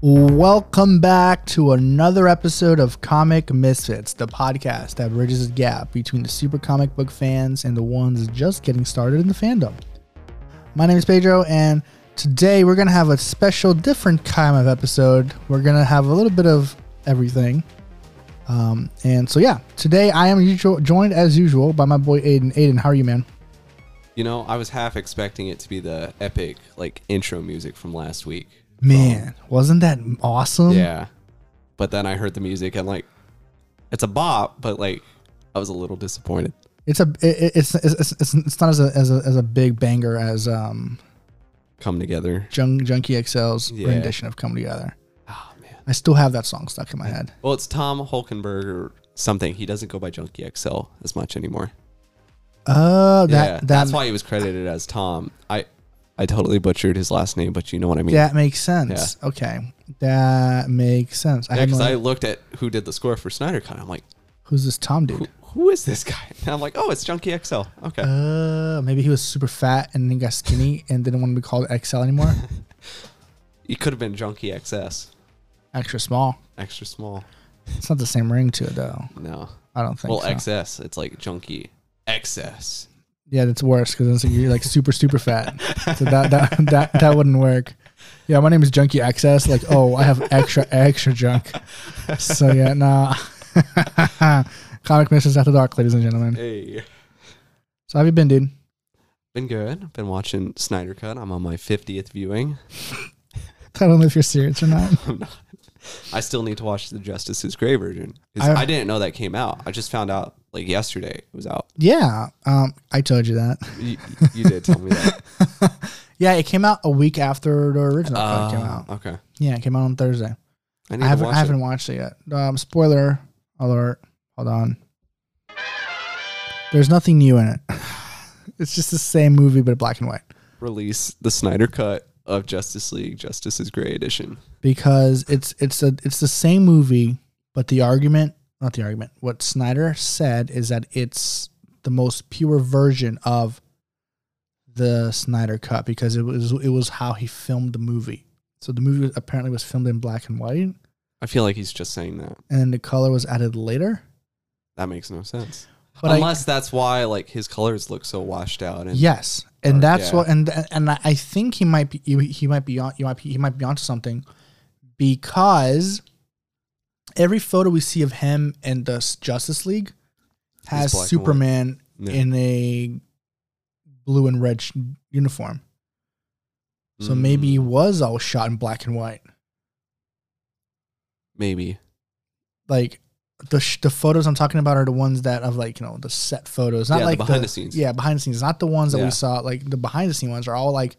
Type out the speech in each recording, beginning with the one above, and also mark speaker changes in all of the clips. Speaker 1: Welcome back to another episode of Comic Misfits, the podcast that bridges the gap between the super comic book fans and the ones just getting started in the fandom. My name is Pedro, and today we're going to have a special, different kind of episode. We're going to have a little bit of everything. Um, and so, yeah, today I am usual, joined as usual by my boy Aiden. Aiden, how are you, man?
Speaker 2: You know, I was half expecting it to be the epic like intro music from last week.
Speaker 1: Man, wasn't that awesome?
Speaker 2: Yeah. But then I heard the music and like it's a bop, but like I was a little disappointed.
Speaker 1: It's a it, it- it's, it's it's it's not as a, as a as a big banger as um
Speaker 2: Come together.
Speaker 1: Jung, Junkie XL's
Speaker 2: Yeah.
Speaker 1: rendition of Come Together.
Speaker 2: Oh man.
Speaker 1: I still have that song stuck in my head.
Speaker 2: Well, it's Tom Holkenberg or something. He doesn't go by Junkie XL as much anymore.
Speaker 1: Oh, that
Speaker 2: yeah.
Speaker 1: that
Speaker 2: that's why he was credited as Tom. I I totally butchered his last name, but you know what I mean.
Speaker 1: that makes sense. Okay, that makes sense. I
Speaker 2: Yeah,
Speaker 1: had
Speaker 2: because
Speaker 1: no
Speaker 2: I
Speaker 1: idea-
Speaker 2: looked at who did the score for Snyder Cut. I'm like,
Speaker 1: who's this Tom dude?
Speaker 2: who, who is this guy? And I'm like, oh, it's Junkie XL. Okay.
Speaker 1: Uh, maybe he was super fat and then got skinny and didn't want to be called XL anymore.
Speaker 2: he could have been Junkie XS,
Speaker 1: Extra small.
Speaker 2: extra small.
Speaker 1: It's not the same ring to it though.
Speaker 2: No.
Speaker 1: I don't think.
Speaker 2: Well,
Speaker 1: so.
Speaker 2: XS, it's like junkie. XS.
Speaker 1: Yeah, that's worse because you're like super super fat, so that that that that wouldn't work. Yeah, my name is Junkie Access. Like, oh, I have extra extra junk. So yeah, nah. Comic missions after dark, ladies and gentlemen.
Speaker 2: Hey.
Speaker 1: So how have you been, dude?
Speaker 2: Been good. Been watching Snyder Cut. I'm on my 50th viewing.
Speaker 1: I don't know if you're serious or not.
Speaker 2: I'm not. I still need to watch the Justice's Gray version. 'Cause
Speaker 1: I-
Speaker 2: I, didn't know that came out. I just found out like yesterday it was out.
Speaker 1: Yeah, um, I told you that.
Speaker 2: You, you did tell me that.
Speaker 1: Yeah, it came out a week after the original cut came
Speaker 2: Uh,
Speaker 1: out.
Speaker 2: Okay.
Speaker 1: Yeah, it came out on Thursday.
Speaker 2: I
Speaker 1: I
Speaker 2: need to
Speaker 1: haven't
Speaker 2: watch
Speaker 1: I haven't
Speaker 2: it.
Speaker 1: watched it yet. Um, spoiler alert. Hold on. There's nothing new in it. It's just the same movie but black and white.
Speaker 2: Release the Snyder Cut of Justice League Justice's Gray edition.
Speaker 1: Because it's it's a it's the same movie, but the argument not the argument, what Snyder said is that it's the most pure version of the Snyder cut because it was it was how he filmed the movie. So the movie apparently was filmed in black and white and
Speaker 2: I feel like he's just saying that.
Speaker 1: then the color was added later.
Speaker 2: That makes no sense.
Speaker 1: But I-
Speaker 2: Unless that's why like his colors look so washed out and
Speaker 1: Yes, and
Speaker 2: Or-
Speaker 1: that's
Speaker 2: yeah.
Speaker 1: what, and and I- I think he might be he he might be on you might be, he might be onto something because every photo we see of him in the s- Justice League has
Speaker 2: black and white.
Speaker 1: Superman
Speaker 2: Yeah.
Speaker 1: in a blue and red sh- uniform. So
Speaker 2: Mm.
Speaker 1: maybe he was all shot in black and white.
Speaker 2: Maybe.
Speaker 1: Like the sh- the photos I'm talking about are the ones that of like you know the set photos, not
Speaker 2: Yeah, the
Speaker 1: like
Speaker 2: behind the scenes.
Speaker 1: Yeah, behind the scenes, not the ones that
Speaker 2: Yeah.
Speaker 1: we saw. Like the behind the scene ones are all like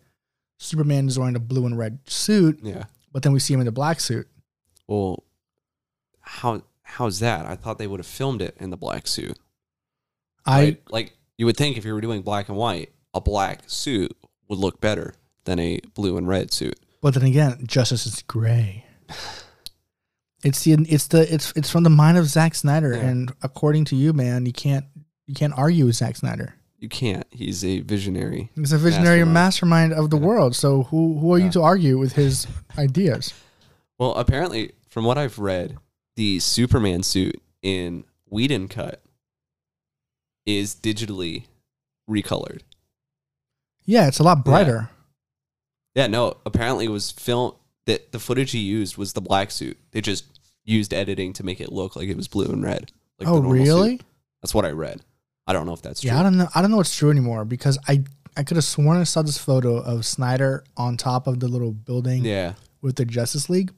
Speaker 1: Superman is wearing a blue and red suit,
Speaker 2: Yeah.
Speaker 1: but then we see him in the black suit.
Speaker 2: Well, how how's that? I thought they would have filmed it in the black suit. right? like you would think if you were doing black and white, a black suit would look better than a blue and red suit.
Speaker 1: I but then again, Justice is gray. It's the it's the it's it's from the mind of Zack Snyder,
Speaker 2: Yeah.
Speaker 1: and according to you, man, you can't you can't argue with Zack Snyder.
Speaker 2: You can't. He's a visionary.
Speaker 1: He's a visionary mastermind,
Speaker 2: Mastermind.
Speaker 1: of the
Speaker 2: Yeah.
Speaker 1: world. So who who are you
Speaker 2: Yeah.
Speaker 1: to argue with his ideas?
Speaker 2: Well, apparently, from what I've read, the Superman suit in Whedon cut is digitally recolored.
Speaker 1: Yeah, it's a lot brighter.
Speaker 2: Yeah, no, apparently it was film that the footage he used was the black suit. They just used editing to make it look like it was blue and red. Like the
Speaker 1: oh,
Speaker 2: normal suit.
Speaker 1: really?
Speaker 2: That's what I read. I don't know if that's true.
Speaker 1: yeah, I don't know. I don't know what's true anymore because I I could have sworn I saw this photo of Snyder on top of the little building
Speaker 2: yeah.
Speaker 1: with the Justice League,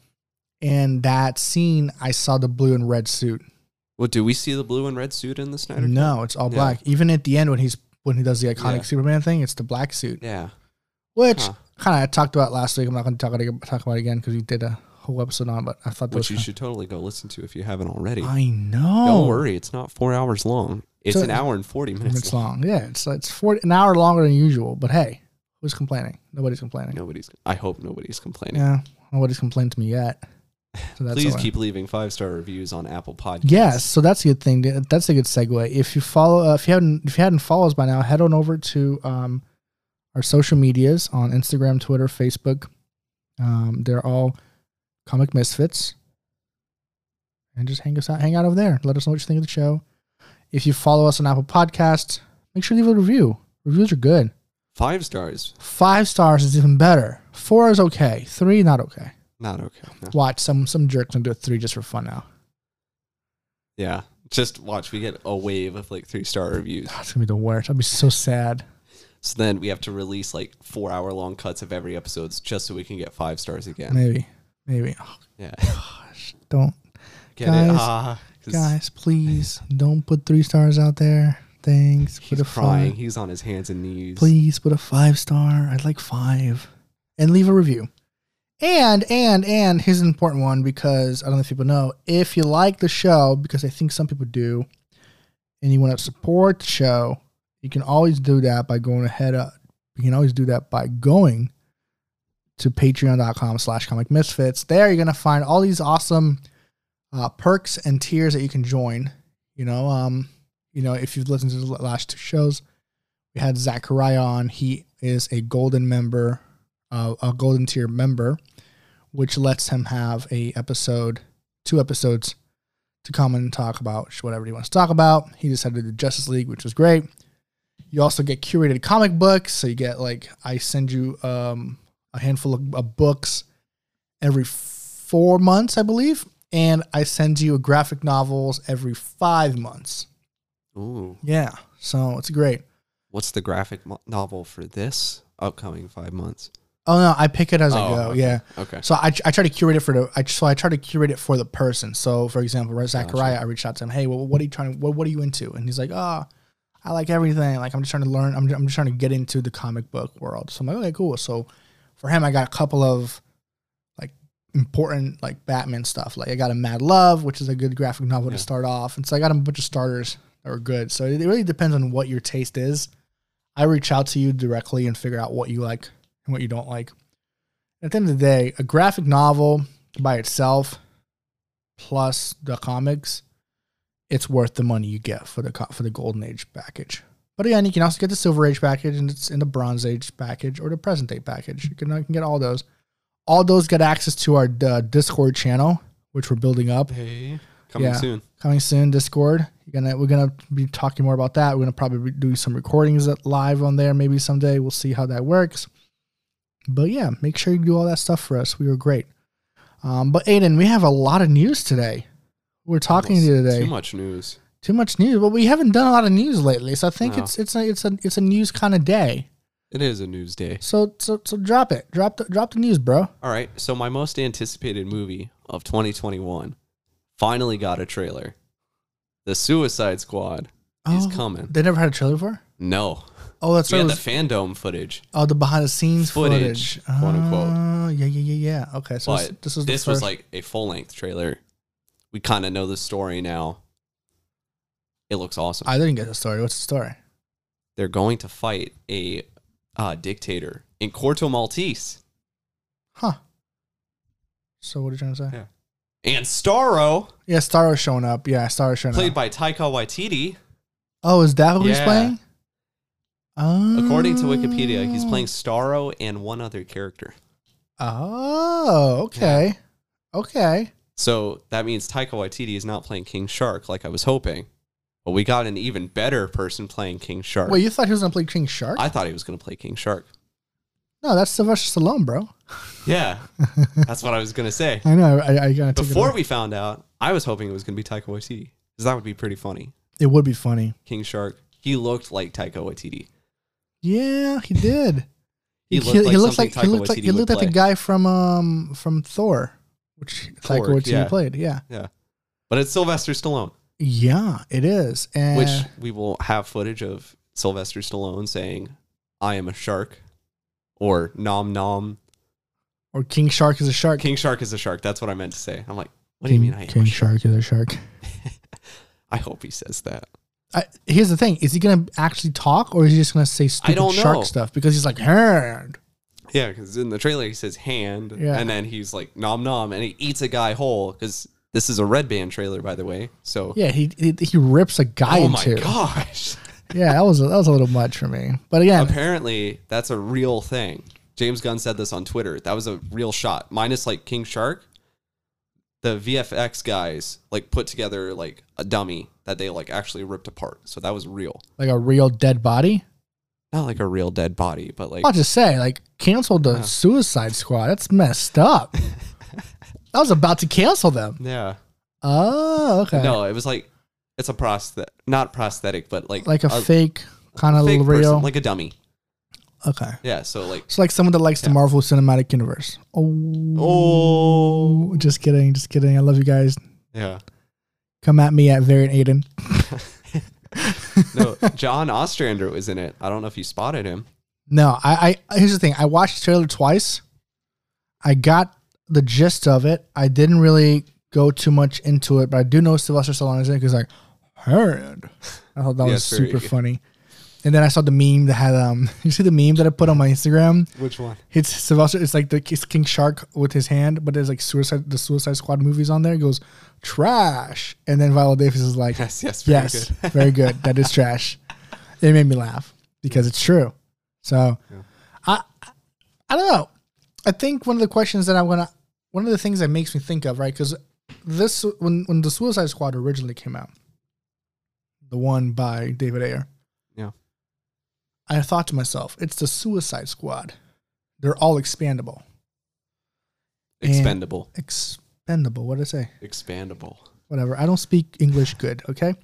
Speaker 1: and that scene I saw the blue and red suit.
Speaker 2: Well, do we see the blue and red suit in the Snyder? Cut?
Speaker 1: No, it's all
Speaker 2: Yeah.
Speaker 1: black. Even at the end when he's when he does the iconic
Speaker 2: Yeah.
Speaker 1: Superman thing, it's the black suit,
Speaker 2: Yeah.
Speaker 1: which
Speaker 2: Huh.
Speaker 1: kind of I talked about last week. I'm not going to talk about it, talk about it again because we did a whole episode on. it, But I thought that was
Speaker 2: Which you
Speaker 1: kinda-
Speaker 2: should totally go listen to if you haven't already.
Speaker 1: I know.
Speaker 2: Don't worry, it's not four hours long. It's
Speaker 1: So-
Speaker 2: an hour and forty minutes.
Speaker 1: It's long. Yeah, it's it's 40, an hour longer than usual. But hey, who's complaining? Nobody's complaining.
Speaker 2: Nobody's. I hope nobody's complaining.
Speaker 1: Yeah, nobody's complained to me yet. So that's all
Speaker 2: Please
Speaker 1: right.
Speaker 2: keep leaving five star reviews on Apple Podcasts.
Speaker 1: Yes, so that's a good thing. Th- That's a good segue. If you follow, uh, if you hadn't, if you hadn't followed us by now, head on over to um, our social medias on Instagram, Twitter, Facebook. Um, they're all Comic Misfits, and just hang us out, hang out over there. Let us know what you think of the show. If you follow us on Apple Podcasts, make sure you leave a review. Reviews are good.
Speaker 2: Five stars.
Speaker 1: Five stars is even better. Four is okay. Three not okay.
Speaker 2: Not okay. No.
Speaker 1: Watch some some jerks and do a three just for fun now.
Speaker 2: Yeah. Just watch. We get a wave of like three star reviews.
Speaker 1: That's gonna be the worst. I'll be so sad.
Speaker 2: So then we have to release like four hour long cuts of every episodes just so we can get five stars again.
Speaker 1: Maybe, maybe. Oh,
Speaker 2: Yeah.
Speaker 1: gosh, don't
Speaker 2: Get
Speaker 1: Guys,
Speaker 2: it? Ah, 'cause
Speaker 1: guys, please don't put three stars out there. Thanks. Put
Speaker 2: He's
Speaker 1: a
Speaker 2: crying.
Speaker 1: five.
Speaker 2: He's on his hands and knees.
Speaker 1: Please put a five star. I'd like five, and leave a review. And and and here's an important one because I don't know if people know if you like the show because I think some people do, and you want to support the show, you can always do that by going ahead. Up. You can always do that by going to patreon.com slash comic misfits there you're going to find all these awesome uh, perks and tiers that you can join you know um you know if you've listened to the last two shows we had zachariah on he is a golden member uh, a golden tier member which lets him have a episode two episodes to come and talk about whatever he wants to talk about he decided to do justice league which was great you also get curated comic books so you get like i send you um a handful of, of books every four months, I believe, and I send you graphic novels every five months.
Speaker 2: Ooh.
Speaker 1: Yeah, so it's great.
Speaker 2: What's the graphic mo- novel for this upcoming five months?
Speaker 1: Oh no, I pick it as I
Speaker 2: Oh,
Speaker 1: go.
Speaker 2: okay.
Speaker 1: Yeah,
Speaker 2: Okay.
Speaker 1: so I, I try to curate it for the I so I try to curate it for the person. So for example, right, Zachariah, I reached out to him. Hey, well, what are you trying? What what are you into? And he's like, oh, I like everything. Like I'm just trying to learn. I'm just, I'm just trying to get into the comic book world. So I'm like, okay, cool. So for him, I got a couple of like important like Batman stuff. Like I got a Mad Love, which is a good graphic novel
Speaker 2: Yeah.
Speaker 1: to start off, and so I got him a bunch of starters that were good. So it, it really depends on what your taste is. I reach out to you directly and figure out what you like and what you don't like. At the end of the day, a graphic novel by itself, plus the comics, it's worth the money you get for the co- for the Golden Age package. But again, you can also get the Silver Age package and it's in the Bronze Age package or the Present Day package. You can, you can get all those. All those get access to our uh, Discord channel, which we're building up
Speaker 2: Hey. Coming
Speaker 1: Yeah.
Speaker 2: soon.
Speaker 1: coming soon. Discord, you're gonna we're gonna be talking more about that. We're gonna probably be doing some recordings that- live on there. Maybe someday we'll see how that works. But yeah, make sure you do all that stuff for us. We were great. Um, but Aiden, we have a lot of news today. We're talking to you
Speaker 2: Almost
Speaker 1: today
Speaker 2: Too much news.
Speaker 1: too much news. But we haven't done a lot of news lately, so I think
Speaker 2: No.
Speaker 1: it's it's a it's a it's a news kind of day.
Speaker 2: It is a news day.
Speaker 1: So so so drop it, drop the drop the news, bro.
Speaker 2: All right. So my most anticipated movie of 2021 finally got a trailer. The Suicide Squad is coming.
Speaker 1: They never had a trailer before.
Speaker 2: no.
Speaker 1: Oh, that's
Speaker 2: We
Speaker 1: right.
Speaker 2: had
Speaker 1: it
Speaker 2: the
Speaker 1: Oh. was-
Speaker 2: fandom footage,
Speaker 1: oh, the behind the scenes footage,
Speaker 2: Footage, quote unquote.
Speaker 1: Oh, yeah, yeah, yeah, yeah. Okay, so this,
Speaker 2: but
Speaker 1: this was the
Speaker 2: this
Speaker 1: first.
Speaker 2: was like a full length trailer. We kind of know the story now. It looks awesome.
Speaker 1: I didn't get the story. What's the story?
Speaker 2: They're going to fight a uh, dictator in Corto Maltese
Speaker 1: Huh. So what are you trying to say? Yeah,
Speaker 2: Yeah. and Starro,
Speaker 1: Starro showing up. Yeah, Starro showing
Speaker 2: played
Speaker 1: up.
Speaker 2: by Taika Waititi.
Speaker 1: Oh, is that who he's
Speaker 2: Yeah.
Speaker 1: playing? Oh.
Speaker 2: According to Wikipedia, he's playing Starro and one other character.
Speaker 1: Oh, okay, okay.
Speaker 2: So that means Taika Waititi is not playing King Shark like I was hoping. But we got an even better person playing King Shark.
Speaker 1: Wait, you thought he was gonna play King Shark?
Speaker 2: I thought he was going to play King Shark.
Speaker 1: no, that's Sylvester Stallone, bro.
Speaker 2: Yeah, that's what I was going to say.
Speaker 1: I know. I, I gotta take it.
Speaker 2: Before
Speaker 1: back.
Speaker 2: we found out, I was hoping it was going to be Taika Waititi because that would be pretty funny.
Speaker 1: It would be funny.
Speaker 2: King Shark, he looked like Taika Waititi.
Speaker 1: Yeah, he did.
Speaker 2: He looked like something
Speaker 1: he
Speaker 2: Taika
Speaker 1: looked like
Speaker 2: Waititi
Speaker 1: he
Speaker 2: would
Speaker 1: looked like the
Speaker 2: play.
Speaker 1: guy from um from Thor, which Taika
Speaker 2: Thor,
Speaker 1: Waititi
Speaker 2: yeah.
Speaker 1: played. Yeah,
Speaker 2: But it's Sylvester Stallone,
Speaker 1: yeah, it is. And
Speaker 2: which we will have footage of Sylvester Stallone saying, I am a shark or nom nom.
Speaker 1: or King Shark is a shark.
Speaker 2: King Shark is a shark. That's what I meant to say. I'm like, what do you mean I am
Speaker 1: King
Speaker 2: a shark?
Speaker 1: Shark is a shark?
Speaker 2: I hope he says that.
Speaker 1: I, here's the thing: is he gonna actually talk, or is he just gonna say stupid
Speaker 2: don't
Speaker 1: shark
Speaker 2: know.
Speaker 1: stuff? Because he's like, "Herd."
Speaker 2: Yeah, because in the trailer he says hand,
Speaker 1: Yeah.
Speaker 2: and then he's like nom nom, and he eats a guy whole. Because this is a red band trailer, by the way. So,
Speaker 1: yeah, he, he he rips a guy
Speaker 2: oh
Speaker 1: in
Speaker 2: my
Speaker 1: two.
Speaker 2: gosh.
Speaker 1: Yeah, that was a, that was a little much for me. But again,
Speaker 2: Apparently, that's a real thing. James Gunn said this on Twitter. That was a real shot, minus like King Shark. the VFX guys like put together like a dummy that they like actually ripped apart. So that was real.
Speaker 1: Like a real dead body?
Speaker 2: Not like a real dead body, but like
Speaker 1: I'll just say, like, canceled the
Speaker 2: Yeah.
Speaker 1: Suicide Squad. That's messed up. I was about to cancel them.
Speaker 2: yeah.
Speaker 1: Oh, okay.
Speaker 2: No, it was like it's a prosthetic, not prosthetic, but like
Speaker 1: like a, fake, kind of
Speaker 2: fake
Speaker 1: real.
Speaker 2: person, like a dummy.
Speaker 1: okay.
Speaker 2: Yeah, so like
Speaker 1: So like someone that likes the
Speaker 2: Yeah.
Speaker 1: Marvel Cinematic Universe. Oh,
Speaker 2: oh
Speaker 1: just kidding, just kidding. I love you guys.
Speaker 2: yeah.
Speaker 1: Come at me at Variant Aiden.
Speaker 2: No, John Ostrander was in it. I don't know if you spotted him.
Speaker 1: No, I, I here's the thing. I watched the trailer twice. I got the gist of it. I didn't really go too much into it, but I do know Sylvester Stallone is in it because like, Herod. I thought that
Speaker 2: Yeah,
Speaker 1: was
Speaker 2: it's very
Speaker 1: super
Speaker 2: good.
Speaker 1: funny. And then I saw the meme that had um. You see the meme that I put on my Instagram.
Speaker 2: Which one?
Speaker 1: It's Sylvester. It's like the it's King Shark with his hand, but there's like suicide the Suicide Squad movies on there. It goes trash, and then Viola Davis is like,
Speaker 2: Yes, yes, very
Speaker 1: yes,
Speaker 2: good.
Speaker 1: very good. That is trash. It made me laugh because it's true. So,
Speaker 2: Yeah.
Speaker 1: I I don't know. I think one of the questions that I'm gonna one of the things that makes me think of right because this when when the Suicide Squad originally came out, the one by David Ayer.
Speaker 2: Yeah.
Speaker 1: I thought to myself, it's the Suicide Squad. They're all expandable. And-
Speaker 2: Expendable.
Speaker 1: Expendable. What did I say?
Speaker 2: Expandable.
Speaker 1: Whatever. I don't speak English good. Okay.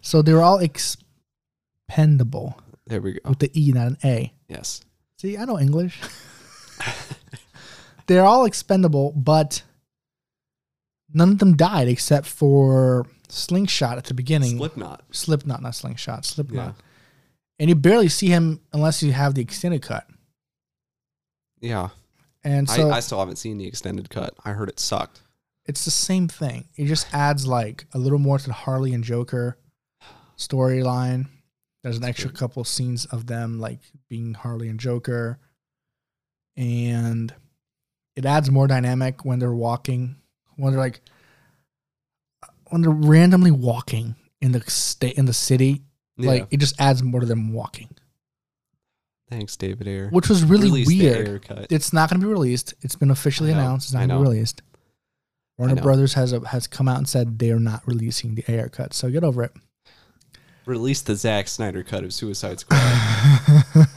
Speaker 1: so they're all expendable.
Speaker 2: There we go.
Speaker 1: with the E, not an A.
Speaker 2: Yes.
Speaker 1: See, I know English. They're all expendable, but none of them died except for Slingshot at the beginning.
Speaker 2: Slipknot.
Speaker 1: Slipknot, not Slingshot, Slipknot.
Speaker 2: Yeah.
Speaker 1: And you barely see him unless you have the extended cut.
Speaker 2: Yeah.
Speaker 1: And so
Speaker 2: I, I still haven't seen the extended cut. I heard it sucked.
Speaker 1: it's the same thing. It just adds like a little more to the Harley and Joker storyline. There's an extra couple scenes of them like being Harley and Joker. And it adds more dynamic when they're walking, when they're like when they're randomly walking in the state in the city,
Speaker 2: Yeah.
Speaker 1: like it just adds more to them walking,
Speaker 2: Thanks, David Ayer.
Speaker 1: which was really
Speaker 2: Release the
Speaker 1: weird.
Speaker 2: Ayer cut.
Speaker 1: It's not going to be released. It's been officially
Speaker 2: I know,
Speaker 1: announced. It's not
Speaker 2: I
Speaker 1: going to
Speaker 2: know.
Speaker 1: be released. Warner
Speaker 2: know.
Speaker 1: Brothers has a, has come out and said they are not releasing the AR cut. So get over it.
Speaker 2: Release the Zack Snyder cut of Suicide Squad.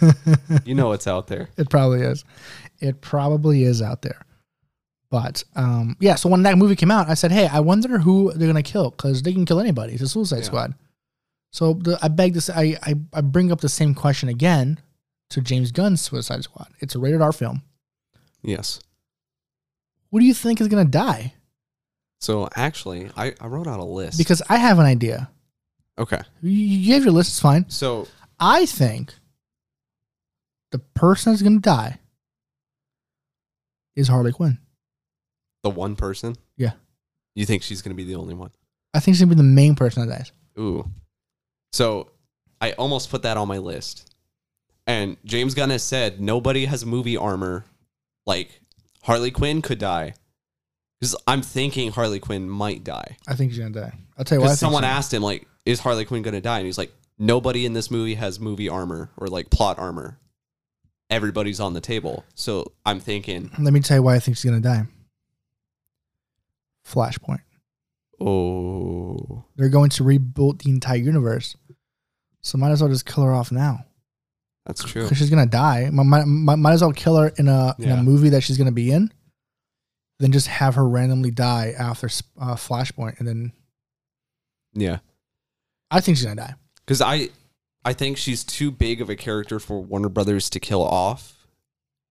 Speaker 2: you know it's out there.
Speaker 1: it probably is. It probably is out there. But um, yeah, so when that movie came out, I said, "Hey, I wonder who they're gonna kill because they can kill anybody. It's a Suicide
Speaker 2: Yeah.
Speaker 1: Squad." So the, I beg this. I, I I bring up the same question again to James Gunn's Suicide Squad. It's a rated R film.
Speaker 2: Yes.
Speaker 1: Who do you think is gonna die?
Speaker 2: So actually, I, I wrote out a list.
Speaker 1: Because I have an idea.
Speaker 2: okay.
Speaker 1: You- You have your list. It's fine.
Speaker 2: So
Speaker 1: I think the person that's going to die is Harley Quinn.
Speaker 2: the one person.
Speaker 1: Yeah.
Speaker 2: You think she's gonna be the only one?
Speaker 1: I think she's going to be the main person that dies.
Speaker 2: Ooh. So I almost put that on my list. And James Gunn has said nobody has movie armor. Like Harley Quinn could die. Because I'm thinking Harley Quinn might die.
Speaker 1: I think she's going to die. I'll tell you why. I
Speaker 2: Because
Speaker 1: think
Speaker 2: someone
Speaker 1: so.
Speaker 2: asked him, like, is Harley Quinn gonna die? And he's like, Nobody in this movie has movie armor or like plot armor. Everybody's on the table. So I'm thinking,
Speaker 1: Let me tell you why I think she's going to die. Flashpoint.
Speaker 2: oh
Speaker 1: They're going to rebuild the entire universe. So might as well just kill her off now.
Speaker 2: that's true.
Speaker 1: Because she's going to die. Might, might, might might as well kill her in a, in
Speaker 2: Yeah.
Speaker 1: a movie that she's going to be in than just have her randomly die after uh, Flashpoint. And then
Speaker 2: Yeah.
Speaker 1: I think she's going to die.
Speaker 2: because I I think she's too big of a character for Warner Brothers to kill off.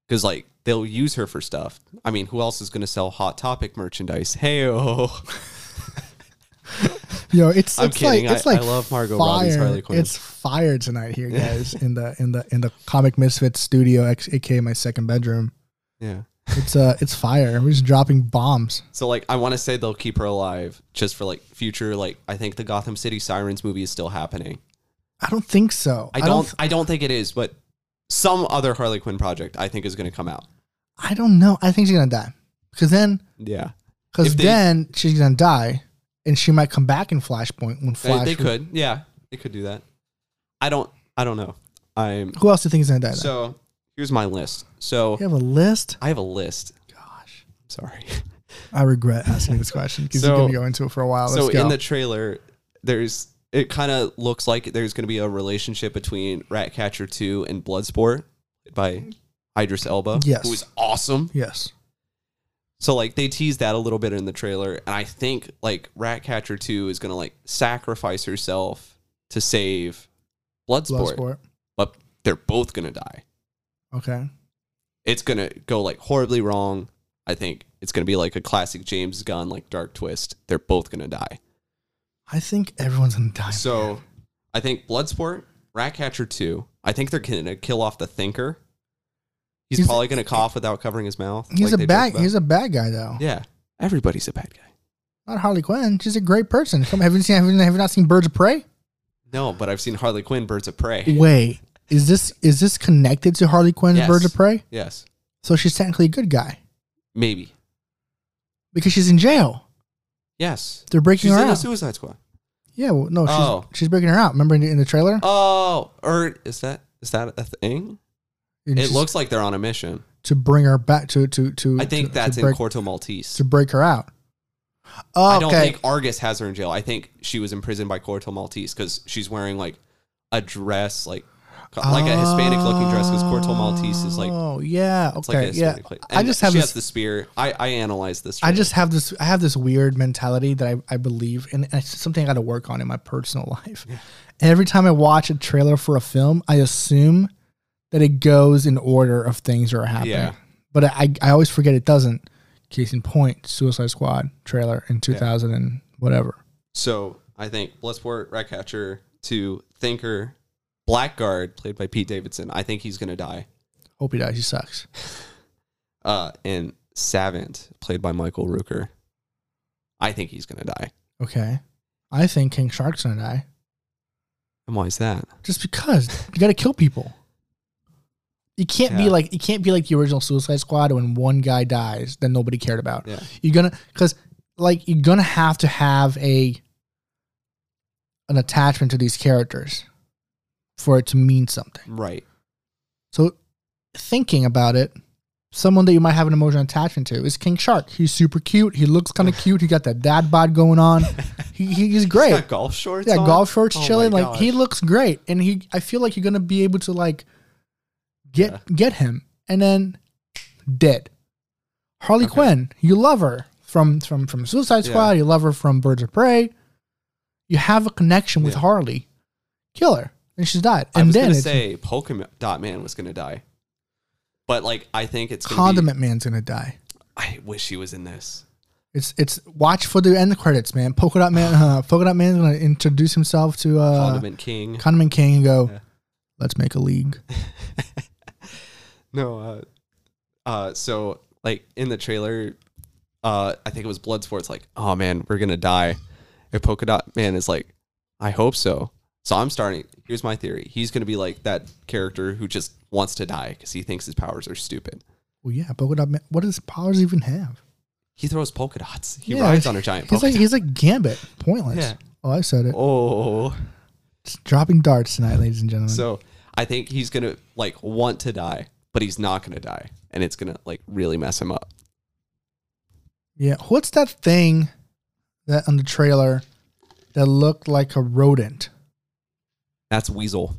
Speaker 2: Because like they'll use her for stuff. I mean, who else is going to sell Hot Topic merchandise? Hey, oh,
Speaker 1: Yo, it's
Speaker 2: I'm
Speaker 1: it's
Speaker 2: kidding.
Speaker 1: like it's
Speaker 2: I-
Speaker 1: like
Speaker 2: I love Margot
Speaker 1: fire.
Speaker 2: Robbie's Harley Quinn.
Speaker 1: It's fire tonight here, guys, in the in the in the Comic Misfits studio, ex- aka my second bedroom.
Speaker 2: yeah.
Speaker 1: It's uh, it's fire. We're just dropping bombs.
Speaker 2: So like, I want to say they'll keep her alive just for like future. Like, I think the Gotham City Sirens movie is still happening.
Speaker 1: I don't think so.
Speaker 2: I don't. I don't, think it is, but some other Harley Quinn project I think is going to come out.
Speaker 1: I don't know. I think she's gonna die because then
Speaker 2: Yeah,
Speaker 1: because
Speaker 2: If they-
Speaker 1: then she's gonna die, and she might come back in Flashpoint when
Speaker 2: they,
Speaker 1: Flash.
Speaker 2: they could. Yeah, they could do that. I don't. I don't know. I'm
Speaker 1: Who else do you think is gonna die? Then?
Speaker 2: so. Here's my list. So
Speaker 1: you have a list.
Speaker 2: I have a list.
Speaker 1: Gosh,
Speaker 2: Sorry.
Speaker 1: I regret asking this question because you
Speaker 2: So-
Speaker 1: can go into it for a while. Oh, Let's
Speaker 2: so
Speaker 1: go.
Speaker 2: in the trailer, there's it kind of looks like there's going to be a relationship between Ratcatcher 2 and Bloodsport by Idris Elba,
Speaker 1: Yes.
Speaker 2: who is awesome.
Speaker 1: yes.
Speaker 2: So like they tease that a little bit in the trailer, and I think like Ratcatcher 2 is going to like sacrifice herself to save Bloodsport,
Speaker 1: Bloodsport.
Speaker 2: but they're both going to die.
Speaker 1: Okay.
Speaker 2: It's going to go like horribly wrong. I think it's going to be like a classic James Gunn like dark twist. They're both going to die.
Speaker 1: I think everyone's gonna die. man.
Speaker 2: So I think Bloodsport, Ratcatcher 2, I think they're going to kill off the Thinker. He's,
Speaker 1: He's-
Speaker 2: probably going to cough without covering his mouth.
Speaker 1: he's
Speaker 2: like they
Speaker 1: a
Speaker 2: joke
Speaker 1: bad
Speaker 2: about.
Speaker 1: he's a bad guy though.
Speaker 2: yeah. Everybody's a bad guy.
Speaker 1: Not Harley Quinn. She's a great person. Come, have you seen have you, have you not seen Birds of Prey?
Speaker 2: No, but I've seen Harley Quinn, Birds of Prey.
Speaker 1: Wait, is this is this connected to Harley Quinn's
Speaker 2: Yes.
Speaker 1: Birds of Prey?
Speaker 2: Yes.
Speaker 1: So she's technically a good guy
Speaker 2: Maybe.
Speaker 1: because she's in jail.
Speaker 2: Yes.
Speaker 1: They're breaking
Speaker 2: She's
Speaker 1: her
Speaker 2: in the
Speaker 1: out.
Speaker 2: Suicide Squad.
Speaker 1: yeah, well, no, she's
Speaker 2: Oh.
Speaker 1: she's breaking her out. Remember in the, in the trailer?
Speaker 2: Oh, or is that is that a thing?
Speaker 1: And
Speaker 2: It
Speaker 1: she's-
Speaker 2: looks like they're on a mission.
Speaker 1: to bring her back to to to.
Speaker 2: I think
Speaker 1: to,
Speaker 2: that's
Speaker 1: to
Speaker 2: in
Speaker 1: break,
Speaker 2: Corto Maltese.
Speaker 1: to break her out.
Speaker 2: I
Speaker 1: Oh,
Speaker 2: don't
Speaker 1: okay.
Speaker 2: think Argus has her in jail. I think she was imprisoned by Corto Maltese because she's wearing like a dress, like like a Hispanic looking dress. Because Corto Maltese is like
Speaker 1: Oh yeah,
Speaker 2: it's like a
Speaker 1: okay, yeah.
Speaker 2: Hispanic. like-
Speaker 1: I
Speaker 2: and
Speaker 1: just have
Speaker 2: she
Speaker 1: this.
Speaker 2: has the spear. I I analyzed this.
Speaker 1: I
Speaker 2: trailer.
Speaker 1: just have this. I have this weird mentality that I, I believe, and it's something I got to work on in my personal life. Every time I watch a trailer for a film, I assume that it goes in order of things that are happening.
Speaker 2: Yeah.
Speaker 1: But I, I always forget it doesn't. Case in point, Suicide Squad trailer in 2000 and whatever.
Speaker 2: so I think Bloodsport, Ratcatcher, to Thinker, Blackguard, played by Pete Davidson. I think he's gonna die.
Speaker 1: Hope he dies. He sucks.
Speaker 2: Uh, and Savant, played by Michael Rooker. I think he's gonna die.
Speaker 1: Okay. I think King Shark's gonna die
Speaker 2: And why is that?
Speaker 1: just because you got to kill people. You can't be
Speaker 2: Yeah.
Speaker 1: like you can't be like the original Suicide Squad when one guy dies that nobody cared about.
Speaker 2: Yeah.
Speaker 1: you're gonna because like you're gonna have to have a an attachment to these characters for it to mean something
Speaker 2: Right.
Speaker 1: so thinking about it someone that you might have an emotional attachment to is king shark he's super cute he looks kind of cute he got that dad bod going on he, he- he's
Speaker 2: He's
Speaker 1: great
Speaker 2: got golf shorts.
Speaker 1: yeah
Speaker 2: on?
Speaker 1: golf shorts
Speaker 2: Oh my
Speaker 1: chilling like he
Speaker 2: gosh.
Speaker 1: looks great and he i feel like you're gonna be able to like get get him and then dead harley
Speaker 2: Okay.
Speaker 1: quinn you love her from from from suicide
Speaker 2: Yeah.
Speaker 1: squad you love her from birds of prey you have a connection with
Speaker 2: Yeah.
Speaker 1: harley kill her and she's died
Speaker 2: I
Speaker 1: and
Speaker 2: was
Speaker 1: then
Speaker 2: gonna
Speaker 1: it's
Speaker 2: say Pokemon Dot Man was gonna die, but like I think it's gonna
Speaker 1: condiment man's gonna die
Speaker 2: Be, I wish he was in this.
Speaker 1: it's it's watch for the end credits man polka dot man uh, polka dot man's gonna introduce himself to uh
Speaker 2: Condiment King.
Speaker 1: condiment king and go
Speaker 2: Yeah.
Speaker 1: let's make a league
Speaker 2: No. Uh, uh. So like in the trailer, uh, I think it was Bloodsport's like, oh man, we're gonna die. And Polka Dot Man is like, I hope so. So I'm starting. Here's my theory. He's gonna be like that character who just wants to die because he thinks his powers are stupid.
Speaker 1: well yeah polka dot man what does powers even have
Speaker 2: He throws polka dots. He
Speaker 1: Yeah,
Speaker 2: rides on a giant
Speaker 1: He's
Speaker 2: polka.
Speaker 1: like he's like Gambit, pointless.
Speaker 2: Yeah.
Speaker 1: Oh, I said it.
Speaker 2: oh.
Speaker 1: Just dropping darts tonight, ladies and gentlemen.
Speaker 2: So I think he's gonna like want to die, but he's not gonna die, and it's gonna like really mess him up.
Speaker 1: yeah, what's that thing that on the trailer that looked like a rodent?
Speaker 2: That's Weasel.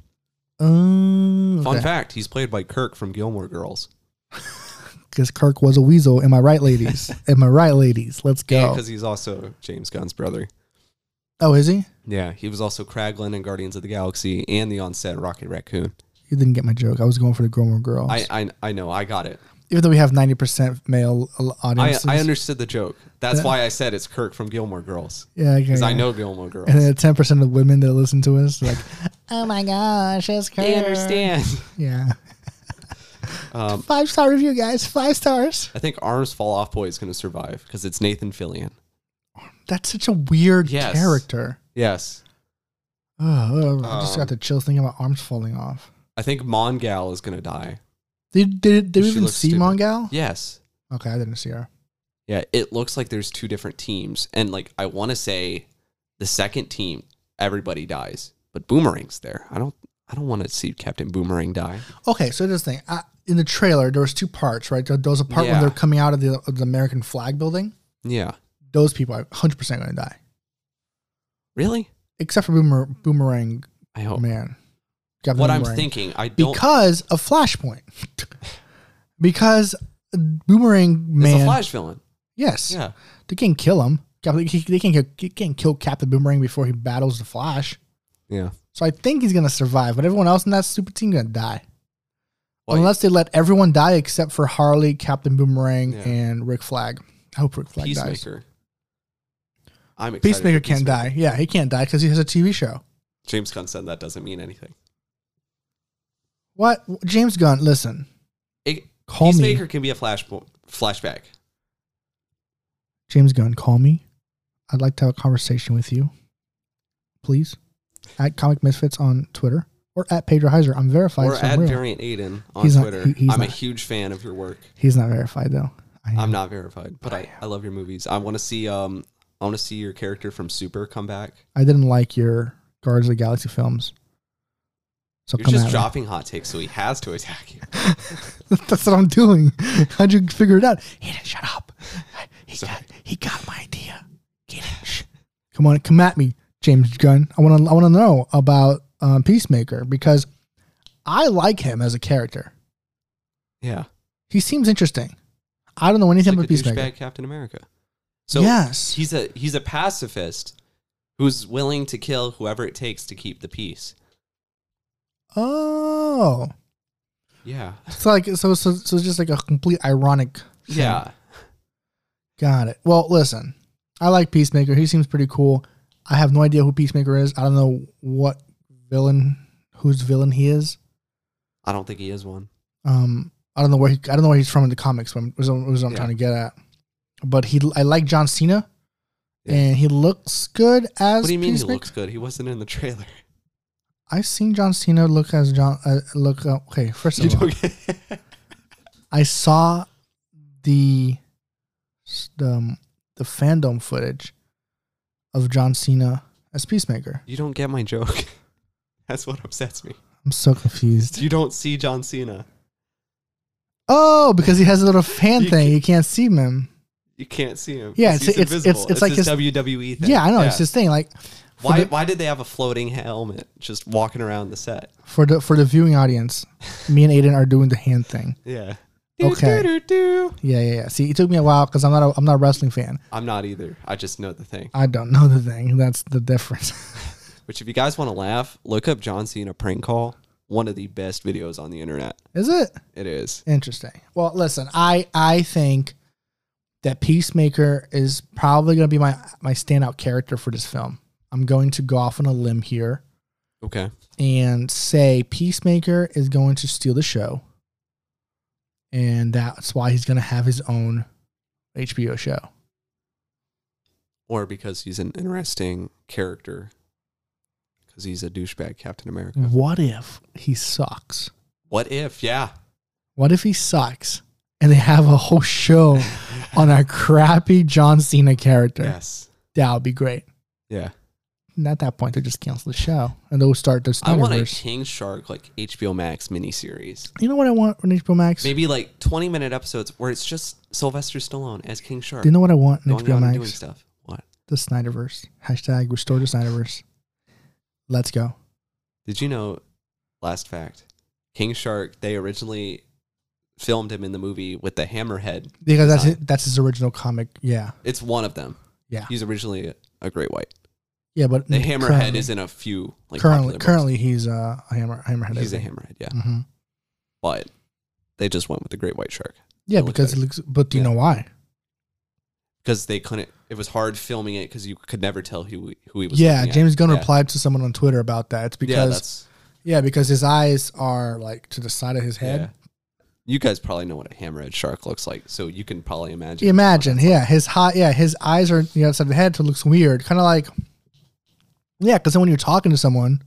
Speaker 1: Um,
Speaker 2: Fun fact: He's played by Kirk from Gilmore Girls.
Speaker 1: because Kirk was a weasel. Am I right, ladies? Am I right, ladies? Let's
Speaker 2: Yeah,
Speaker 1: go.
Speaker 2: because he's also James Gunn's brother.
Speaker 1: oh, is he?
Speaker 2: Yeah, he was also Kraglin in Guardians of the Galaxy and the on-set Rocket Raccoon.
Speaker 1: You didn't get my joke. I was going for the Gilmore Girls.
Speaker 2: I, uh, I I know I got it.
Speaker 1: Even though we have ninety percent male al-
Speaker 2: I,
Speaker 1: audiences.
Speaker 2: I understood the joke. That's
Speaker 1: Yeah.
Speaker 2: why I said it's Kirk from Gilmore Girls
Speaker 1: Yeah, okay,
Speaker 2: because I
Speaker 1: yeah.
Speaker 2: know Gilmore Girls.
Speaker 1: And then ten percent of the women that listen to us like, oh my gosh, it's Kirk.
Speaker 2: I understand.
Speaker 1: Yeah.
Speaker 2: Um,
Speaker 1: Five star review, guys. Five stars.
Speaker 2: I think Arms Fall Off Boy is going to survive because it's Nathan Fillion.
Speaker 1: That's such a weird
Speaker 2: Yes.
Speaker 1: character.
Speaker 2: Yes,
Speaker 1: Ugh, I just
Speaker 2: Um,
Speaker 1: got the chills thinking about arms falling off.
Speaker 2: I think Mongal is going to die.
Speaker 1: Did did, did we
Speaker 2: She
Speaker 1: even
Speaker 2: looks
Speaker 1: see
Speaker 2: stupid.
Speaker 1: Mongal?
Speaker 2: Yes.
Speaker 1: Okay, I didn't see her.
Speaker 2: Yeah, it looks like there's two different teams. And like I want to say the second team everybody dies, but Boomerang's there. I don't I don't want to see Captain Boomerang die.
Speaker 1: Okay, so this uh, thing I, in the trailer, there was two parts, right? There, there was a part when
Speaker 2: Yeah.
Speaker 1: they're coming out of the, of the American flag building,
Speaker 2: Yeah.
Speaker 1: Those people are 100% going to die,
Speaker 2: Really?
Speaker 1: except for Boomer, Boomerang
Speaker 2: I hope.
Speaker 1: Man. Captain
Speaker 2: Oh. what I'm
Speaker 1: Boomerang.
Speaker 2: thinking, I don't.
Speaker 1: Because of Flashpoint. because Boomerang Man.
Speaker 2: It's a Flash villain.
Speaker 1: Yes.
Speaker 2: Yeah.
Speaker 1: They can't kill him. Cap- They can't kill, they can't kill Captain Boomerang before he battles the Flash.
Speaker 2: Yeah.
Speaker 1: So I think he's gonna survive, but everyone else in that super team gonna die.
Speaker 2: Well,
Speaker 1: Unless they let everyone die except for Harley, Captain Boomerang,
Speaker 2: Yeah.
Speaker 1: and Rick Flag. I hope Rick Flag dies.
Speaker 2: Peacemaker. I'm excited.
Speaker 1: Peacemaker
Speaker 2: for
Speaker 1: can't die. Yeah, he can't die because he has a TV show.
Speaker 2: James Gunn said that doesn't mean anything.
Speaker 1: What James Gunn? Listen,
Speaker 2: It,
Speaker 1: Call me.
Speaker 2: Peacemaker can be a flash flashback.
Speaker 1: James Gunn, call me. I'd like to have a conversation with you, please. At Comic Misfits on Twitter or at Pedro Heiser. I'm verified.
Speaker 2: Or
Speaker 1: so I'm
Speaker 2: at
Speaker 1: real.
Speaker 2: Variant Aiden on
Speaker 1: He's not-
Speaker 2: Twitter.
Speaker 1: he- he's
Speaker 2: I'm a
Speaker 1: not.
Speaker 2: huge fan of your work.
Speaker 1: He's not verified though. I
Speaker 2: I'm not verified, but I, I love your movies. I want to see um I want to see your character from Super come back.
Speaker 1: I didn't like your Guardians of the Galaxy films. So
Speaker 2: You're
Speaker 1: come
Speaker 2: just
Speaker 1: at me.
Speaker 2: dropping hot takes, so he has to attack you.
Speaker 1: That's what I'm doing. How'd you figure it out? He didn't shut up. He
Speaker 2: Sorry.
Speaker 1: got he got my idea. Get it. Shh. Come on, come at me, James Gunn. I want to I want to know about um, Peacemaker because I like him as a character.
Speaker 2: Yeah,
Speaker 1: He seems interesting. I don't know
Speaker 2: he's
Speaker 1: anything
Speaker 2: like
Speaker 1: about
Speaker 2: the
Speaker 1: Peacemaker.
Speaker 2: douchebag Captain America. So
Speaker 1: yes,
Speaker 2: he's a he's a pacifist who's willing to kill whoever it takes to keep the peace.
Speaker 1: Oh,
Speaker 2: Yeah,
Speaker 1: it's like so so so it's just like a complete ironic. thing.
Speaker 2: yeah.
Speaker 1: Got it. Well, listen, I like Peacemaker. He seems pretty cool. I have no idea who Peacemaker is. I don't know what villain, whose villain he is.
Speaker 2: I don't think he is one.
Speaker 1: Um, I don't know where he, I don't know where he's from in the comics. What I'm, was, was I'm
Speaker 2: Yeah.
Speaker 1: trying to get at. But he, I like John Cena,
Speaker 2: Yeah.
Speaker 1: and he looks good as.
Speaker 2: What do you mean
Speaker 1: Peacemaker.
Speaker 2: he looks good? He wasn't in the trailer.
Speaker 1: I've seen John Cena look as John. Uh, look uh, okay. First
Speaker 2: You
Speaker 1: of all,
Speaker 2: don't get-
Speaker 1: I saw the the, um, the fandom footage of John Cena as Peacemaker.
Speaker 2: you don't get my joke. That's what upsets me.
Speaker 1: I'm so confused.
Speaker 2: You don't see John Cena.
Speaker 1: Oh, because he has a little fan
Speaker 2: You
Speaker 1: thing.
Speaker 2: can't-
Speaker 1: You can't see him.
Speaker 2: You can't see him.
Speaker 1: Yeah,
Speaker 2: 'cause
Speaker 1: it's- it's-
Speaker 2: he's
Speaker 1: it's-
Speaker 2: invisible.
Speaker 1: it's like
Speaker 2: his
Speaker 1: his-
Speaker 2: WWE E thing.
Speaker 1: Yeah, I know. It's his thing. Like for,
Speaker 2: why
Speaker 1: the,
Speaker 2: why did they have a floating helmet just walking around the set?
Speaker 1: for the for the viewing audience, me and Aiden are doing the hand thing.
Speaker 2: Yeah.
Speaker 1: Okay.
Speaker 2: Do-do-do-do.
Speaker 1: Yeah, yeah, yeah. See, it took me a while because I'm not a, I'm not a wrestling fan.
Speaker 2: I'm not either. I just know the thing.
Speaker 1: I don't know the thing. That's the difference.
Speaker 2: Which if you guys want to laugh, look up John Cena prank call. One of the best videos on the internet.
Speaker 1: Is it
Speaker 2: It is.
Speaker 1: interesting? Well, listen, I I think that Peacemaker is probably going to be my my standout character for this film. I'm going to go off on a limb here
Speaker 2: Okay.
Speaker 1: and say Peacemaker is going to steal the show. And that's why he's going to have his own HBO show.
Speaker 2: Or because he's an interesting character. Because he's a douchebag Captain America.
Speaker 1: What if he sucks?
Speaker 2: What if? Yeah.
Speaker 1: What if he sucks and they have a whole show on a crappy John Cena character?
Speaker 2: Yes.
Speaker 1: That would be great.
Speaker 2: Yeah.
Speaker 1: And at that point, they just cancel the show and they'll start their
Speaker 2: I want a
Speaker 1: Snyderverse.
Speaker 2: King Shark like HBO Max miniseries.
Speaker 1: You know what I want on HBO Max?
Speaker 2: Maybe like 20 minute episodes where it's just Sylvester Stallone as King Shark.
Speaker 1: Do you know what I want on
Speaker 2: going
Speaker 1: HBO
Speaker 2: around and doing
Speaker 1: Max?
Speaker 2: stuff. What?
Speaker 1: The Snyderverse. Hashtag restore the Snyderverse. Let's go.
Speaker 2: Did you know? Last fact King Shark, they originally filmed him in the movie with the hammerhead.
Speaker 1: Because that's
Speaker 2: Design.
Speaker 1: his, that's his original comic. Yeah.
Speaker 2: It's one of them.
Speaker 1: Yeah.
Speaker 2: He's originally a, a great white.
Speaker 1: Yeah, but
Speaker 2: The
Speaker 1: n-
Speaker 2: hammerhead
Speaker 1: currently-
Speaker 2: is in a few.
Speaker 1: currently
Speaker 2: Like, popular books.
Speaker 1: currently he's uh, a hammer hammerhead.
Speaker 2: He's a
Speaker 1: isn't he?
Speaker 2: hammerhead, yeah.
Speaker 1: Mhm.
Speaker 2: But they just went with the great white shark.
Speaker 1: Yeah,
Speaker 2: It looks
Speaker 1: because it looks. But do you
Speaker 2: Yeah.
Speaker 1: know why?
Speaker 2: because they couldn't. It was hard filming it because you could never tell who who he was.
Speaker 1: Yeah,
Speaker 2: looking at.
Speaker 1: James Gunn
Speaker 2: Yeah.
Speaker 1: replied to someone on Twitter about that. It's
Speaker 2: yeah,
Speaker 1: because
Speaker 2: that's
Speaker 1: yeah, because his eyes are like to the side of his
Speaker 2: yeah.
Speaker 1: head.
Speaker 2: You guys probably know what a hammerhead shark looks like, so you can probably imagine.
Speaker 1: Imagine, yeah, his hot, yeah, his eyes are on the outside of the head, so it looks weird, kind of like yeah, because then when you're talking to someone,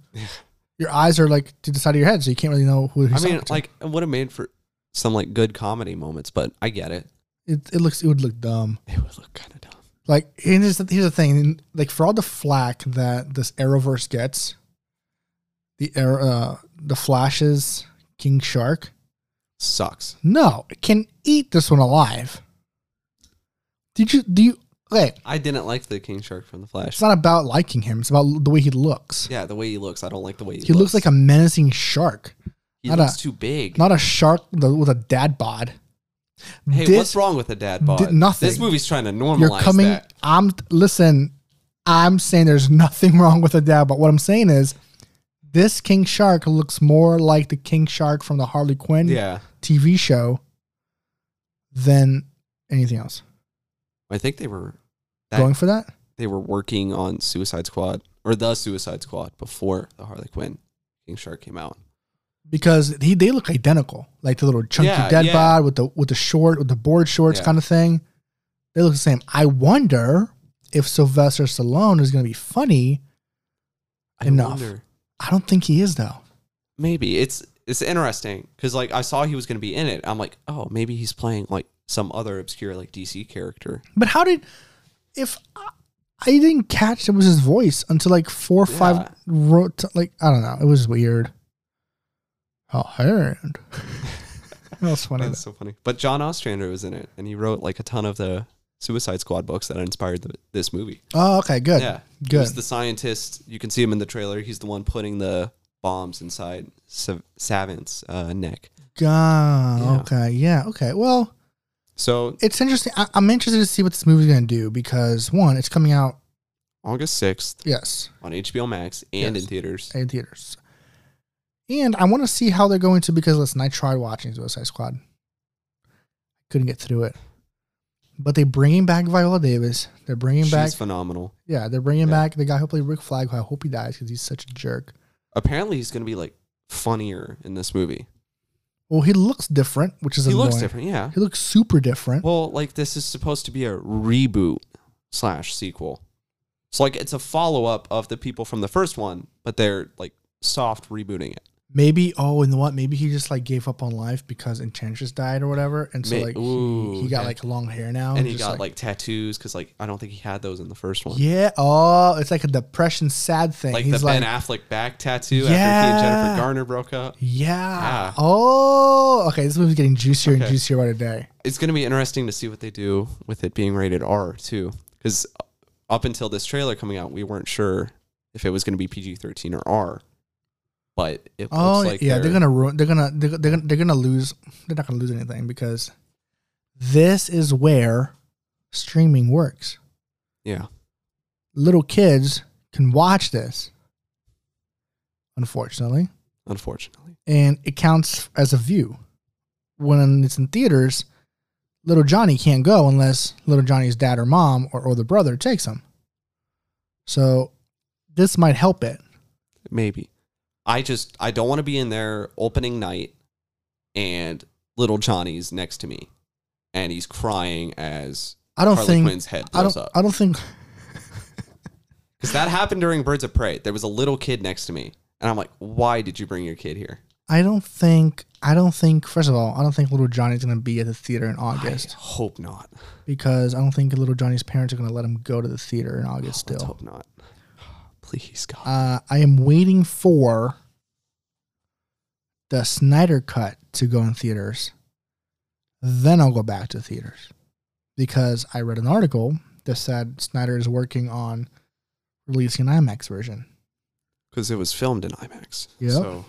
Speaker 1: your eyes are like to the side of your head, so you can't really know who.
Speaker 2: I
Speaker 1: He's
Speaker 2: mean,
Speaker 1: talking to.
Speaker 2: like it would have made for some like good comedy moments, but I get it.
Speaker 1: it, it looks, it would look dumb.
Speaker 2: It would look kind of dumb.
Speaker 1: Like and here's the, here's the thing, like for all the flack that this Arrowverse gets, the Arrow, uh, the Flash's King Shark,
Speaker 2: Sucks.
Speaker 1: no, it can eat this one alive. Did you do you Okay,
Speaker 2: I didn't like the King Shark from the Flash.
Speaker 1: it's not about liking him. It's about the way he looks.
Speaker 2: yeah, the way he looks, I don't like the way he,
Speaker 1: he looks. like a menacing shark,
Speaker 2: he
Speaker 1: not
Speaker 2: looks
Speaker 1: a-
Speaker 2: too big.
Speaker 1: not a shark th- with a dad bod.
Speaker 2: hey,
Speaker 1: this-
Speaker 2: what's wrong with a dad bod?
Speaker 1: nothing.
Speaker 2: This movie's trying to normalize
Speaker 1: You're coming.
Speaker 2: that.
Speaker 1: I'm listen. I'm saying there's nothing wrong with a dad, but what I'm saying is, this King Shark looks more like the King Shark from the Harley Quinn
Speaker 2: Yeah,
Speaker 1: TV show than anything else.
Speaker 2: I think they were That-
Speaker 1: Going for that?
Speaker 2: they were working on Suicide Squad or the Suicide Squad before the Harley Quinn King Shark came out.
Speaker 1: because he they look identical, like the little chunky
Speaker 2: Yeah,
Speaker 1: dead
Speaker 2: yeah.
Speaker 1: bod with the with the short with the board shorts
Speaker 2: Yeah.
Speaker 1: kind of thing. They look the same. I wonder if Sylvester Stallone is going to be funny.
Speaker 2: I
Speaker 1: Enough.
Speaker 2: wonder.
Speaker 1: I don't think he is though.
Speaker 2: Maybe it's it's interesting because like I saw he was going to be in it. I'm like, oh, maybe he's playing like some other obscure like DC character.
Speaker 1: But how did if I, I didn't catch it was his voice until like four or
Speaker 2: Yeah.
Speaker 1: five wrote like I don't know. It was weird. Oh, hand. that was funny.
Speaker 2: That's so funny. But John Ostrander was in it, and he wrote like a ton of the Suicide Squad books that inspired the, this movie.
Speaker 1: Oh, okay, good.
Speaker 2: yeah,
Speaker 1: good.
Speaker 2: He's the scientist. You can see him in the trailer. He's the one putting the bombs inside Sav- Savant's uh, neck.
Speaker 1: God.
Speaker 2: Yeah.
Speaker 1: Okay. Yeah. Okay. Well.
Speaker 2: So
Speaker 1: it's interesting. I, I'm interested to see what this movie's going to do because one, it's coming out
Speaker 2: August sixth
Speaker 1: yes
Speaker 2: on HBO Max and
Speaker 1: Yes.
Speaker 2: in theaters.
Speaker 1: in theaters, and I want to see how they're going to because listen, I tried watching Suicide Squad, couldn't get through it, but they're bringing back Viola Davis. They're bringing
Speaker 2: She's
Speaker 1: back
Speaker 2: phenomenal.
Speaker 1: yeah, they're bringing
Speaker 2: Yeah.
Speaker 1: back the guy who played Rick Flag. Who I hope he dies because he's such a jerk.
Speaker 2: Apparently, he's going to be like funnier in this movie.
Speaker 1: Well, he looks different, which is
Speaker 2: He
Speaker 1: annoying.
Speaker 2: looks different. Yeah.
Speaker 1: He looks super different.
Speaker 2: Well, like this is supposed to be a reboot slash sequel. So like it's a follow up of the people from the first one, but they're like soft rebooting it.
Speaker 1: Maybe oh, and what? Maybe he just like gave up on life because Enchantress died or whatever, and so
Speaker 2: May-
Speaker 1: like
Speaker 2: Ooh,
Speaker 1: he, he got
Speaker 2: yeah.
Speaker 1: like long hair now,
Speaker 2: and he
Speaker 1: just,
Speaker 2: got like, tattoos because like I don't think he had those in the first one.
Speaker 1: Yeah. Oh, it's like a depression, sad thing.
Speaker 2: like
Speaker 1: He's
Speaker 2: the
Speaker 1: like,
Speaker 2: Ben Affleck back tattoo after he and
Speaker 1: Yeah.
Speaker 2: Jennifer Garner broke up.
Speaker 1: yeah.
Speaker 2: Ah.
Speaker 1: Oh, okay. This movie's getting juicier and
Speaker 2: Okay.
Speaker 1: juicier by the day.
Speaker 2: It's gonna be interesting to see what they do with it being rated R too, because up until this trailer coming out, we weren't sure if it was gonna be PG thirteen or R. But it
Speaker 1: Oh,
Speaker 2: looks like
Speaker 1: yeah. They're, gonna ruin. They're gonna. They're, they're gonna. They're gonna lose. They're not gonna lose anything because this is where streaming works.
Speaker 2: yeah.
Speaker 1: Little kids can watch this. Unfortunately,
Speaker 2: Unfortunately,
Speaker 1: and it counts as a view. When it's in theaters, little Johnny can't go unless little Johnny's dad or mom or older brother takes him. So this might help it.
Speaker 2: maybe. I just I don't want to be in there opening night, and little Johnny's next to me, and he's crying as
Speaker 1: I don't
Speaker 2: Harley
Speaker 1: think
Speaker 2: Quinn's head
Speaker 1: I
Speaker 2: blows
Speaker 1: don't
Speaker 2: up.
Speaker 1: I don't think
Speaker 2: Because that happened during Birds of Prey. There was a little kid next to me, and I'm like, "Why did you bring your kid here?"
Speaker 1: I don't think I don't think first of all, I don't think little Johnny's gonna be at the theater in
Speaker 2: I
Speaker 1: August
Speaker 2: hope not.
Speaker 1: because I don't think little Johnny's parents are gonna let him go to the theater in August
Speaker 2: Let's
Speaker 1: still.
Speaker 2: hope not. Please, God.
Speaker 1: uh, I am waiting for the Snyder cut to go in theaters. Then I'll go back to theaters because I read an article that said Snyder is working on releasing an IMAX version.
Speaker 2: Because it was filmed in IMAX.
Speaker 1: Yep.
Speaker 2: So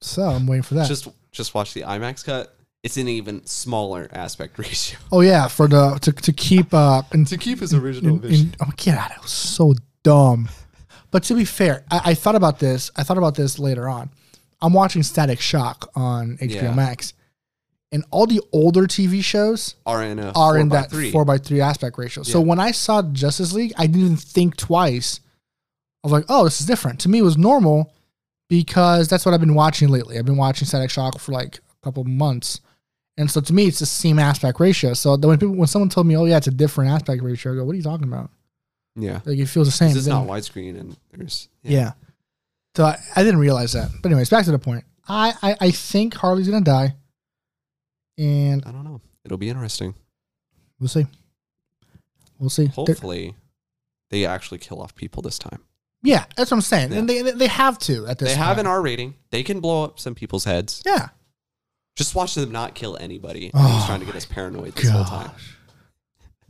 Speaker 1: So I'm waiting for that.
Speaker 2: just just watch the IMAX cut. It's an even smaller aspect ratio
Speaker 1: oh yeah, for the to, to keep uh in,
Speaker 2: to keep his original
Speaker 1: in,
Speaker 2: vision.
Speaker 1: in, oh get out! It was so dumb. But to be fair, I, I thought about this. I thought about this later on. I'm watching Static Shock on HBO
Speaker 2: Yeah.
Speaker 1: Max, and all the older TV shows
Speaker 2: Are in a
Speaker 1: are
Speaker 2: four
Speaker 1: in
Speaker 2: by
Speaker 1: that
Speaker 2: three.
Speaker 1: four by three aspect ratio. So
Speaker 2: Yeah.
Speaker 1: when I saw Justice League, I didn't even think twice. I was like, oh, this is different. To me, it was normal because that's what I've been watching lately. I've been watching Static Shock for like a couple months. And so to me, it's the same aspect ratio. So that when people, when someone told me, oh, yeah, it's a different aspect ratio, I go, what are you talking about?
Speaker 2: yeah.
Speaker 1: Like, it feels the same.
Speaker 2: This is
Speaker 1: Then-
Speaker 2: not widescreen, and there's
Speaker 1: yeah. So I, I didn't realize that. But, anyways, back to the point. I, I, I think Harley's going to die. And
Speaker 2: I don't know. It'll be interesting.
Speaker 1: we'll see. We'll see. There-
Speaker 2: Hopefully, they actually kill off people this time.
Speaker 1: Yeah, that's what I'm saying.
Speaker 2: Yeah.
Speaker 1: And they they have to at this.
Speaker 2: they have
Speaker 1: point.
Speaker 2: an R rating. They can blow up some people's heads.
Speaker 1: yeah.
Speaker 2: Just watch them not kill anybody.
Speaker 1: Oh
Speaker 2: He's trying to get us paranoid this whole time.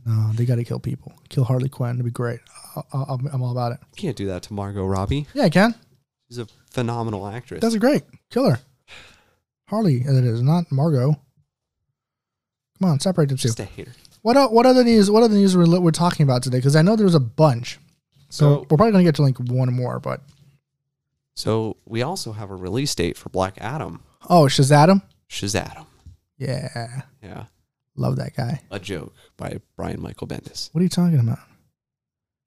Speaker 1: No, they got to kill people. Kill Harley Quinn. It'd be great. I, I, I'm all about it.
Speaker 2: You can't do that to Margot Robbie.
Speaker 1: Yeah, I can.
Speaker 2: She's a phenomenal actress.
Speaker 1: That's great. Kill her. Harley, it is not Margot. Come on, separate the two.
Speaker 2: Just a hater.
Speaker 1: What o- what other news? What other news we're, li- we're talking about today? Because I know there was a bunch. So,
Speaker 2: So-
Speaker 1: we're probably gonna get to like one more. But
Speaker 2: So we also have a release date for Black Adam.
Speaker 1: oh, Shazam!
Speaker 2: Shazam.
Speaker 1: Yeah,
Speaker 2: Yeah.
Speaker 1: love that guy.
Speaker 2: A joke by Brian Michael Bendis.
Speaker 1: What are you talking about?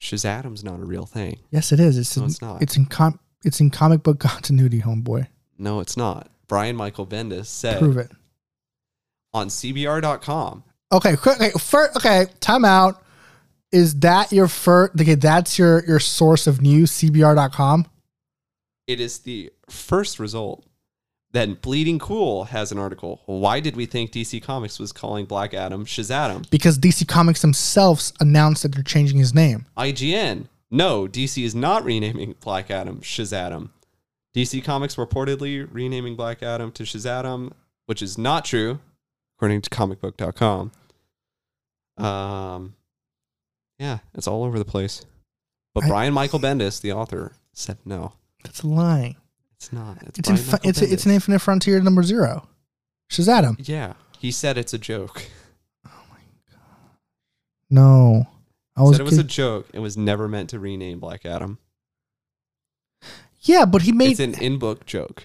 Speaker 2: Shazam's not a real thing.
Speaker 1: Yes, it is. It's
Speaker 2: No,
Speaker 1: in,
Speaker 2: it's not.
Speaker 1: It's in com- It's in comic book continuity, homeboy.
Speaker 2: No, it's not. Brian Michael Bendis said
Speaker 1: Prove it.
Speaker 2: on CBR.com.
Speaker 1: Okay, quick. Okay, fir- okay, time out. Is that your first? Okay, that's your your source of news, CBR.com.
Speaker 2: It is the first result. Then Bleeding Cool has an article. Why did we think DC Comics was calling Black Adam Shazam?
Speaker 1: Because DC Comics themselves announced that they're changing his name.
Speaker 2: IGN. No, DC is not renaming Black Adam Shazam. DC Comics reportedly renaming Black Adam to Shazam, which is not true, according to comicbook.com. Um, yeah, it's all over the place. But
Speaker 1: I-
Speaker 2: Brian Michael Bendis, the author, said no,
Speaker 1: That's lying.
Speaker 2: it's not. It's,
Speaker 1: It's
Speaker 2: Brian
Speaker 1: infi-
Speaker 2: Michael
Speaker 1: it's it's
Speaker 2: Bendis.
Speaker 1: an Infinite Frontier number zero. Shazam.
Speaker 2: Yeah, he said it's a joke.
Speaker 1: No, I was.
Speaker 2: said it was a
Speaker 1: kid-
Speaker 2: joke. It was never meant to rename Black Adam.
Speaker 1: yeah, but he made.
Speaker 2: It's an in-book joke.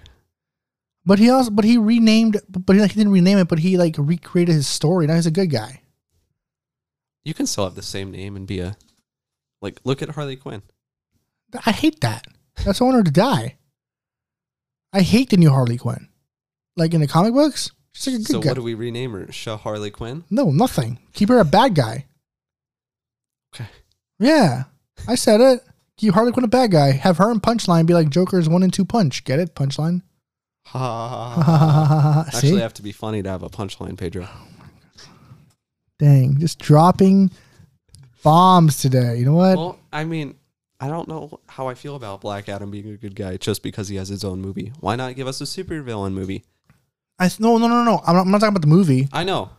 Speaker 1: but he also. But he renamed. But he, like, he didn't rename it. But he like recreated his story. Now he's a good guy.
Speaker 2: You can still have the same name and be a like. Look at Harley Quinn.
Speaker 1: I hate that. That's I want her to die. I hate the new Harley Quinn. Like in the comic books, she's like a good
Speaker 2: So
Speaker 1: guy.
Speaker 2: what do we rename her? Sha Harley Quinn.
Speaker 1: no, nothing. Keep her a bad guy.
Speaker 2: Okay.
Speaker 1: Yeah, I said it. Keep Harley Quinn a bad guy. Have her in Punchline be like Joker's one and two punch. Get it? Punchline.
Speaker 2: Ha, ha, ha, ha, ha.
Speaker 1: Uh-huh. See?
Speaker 2: Actually, I have to be funny to have a punchline, Pedro.
Speaker 1: Dang, just dropping bombs today. You know what?
Speaker 2: Well, I mean, I don't know how I feel about Black Adam being a good guy just because he has his own movie. Why not give us a supervillain movie?
Speaker 1: I th- no no no no. I'm not, I'm not talking about the movie.
Speaker 2: I know.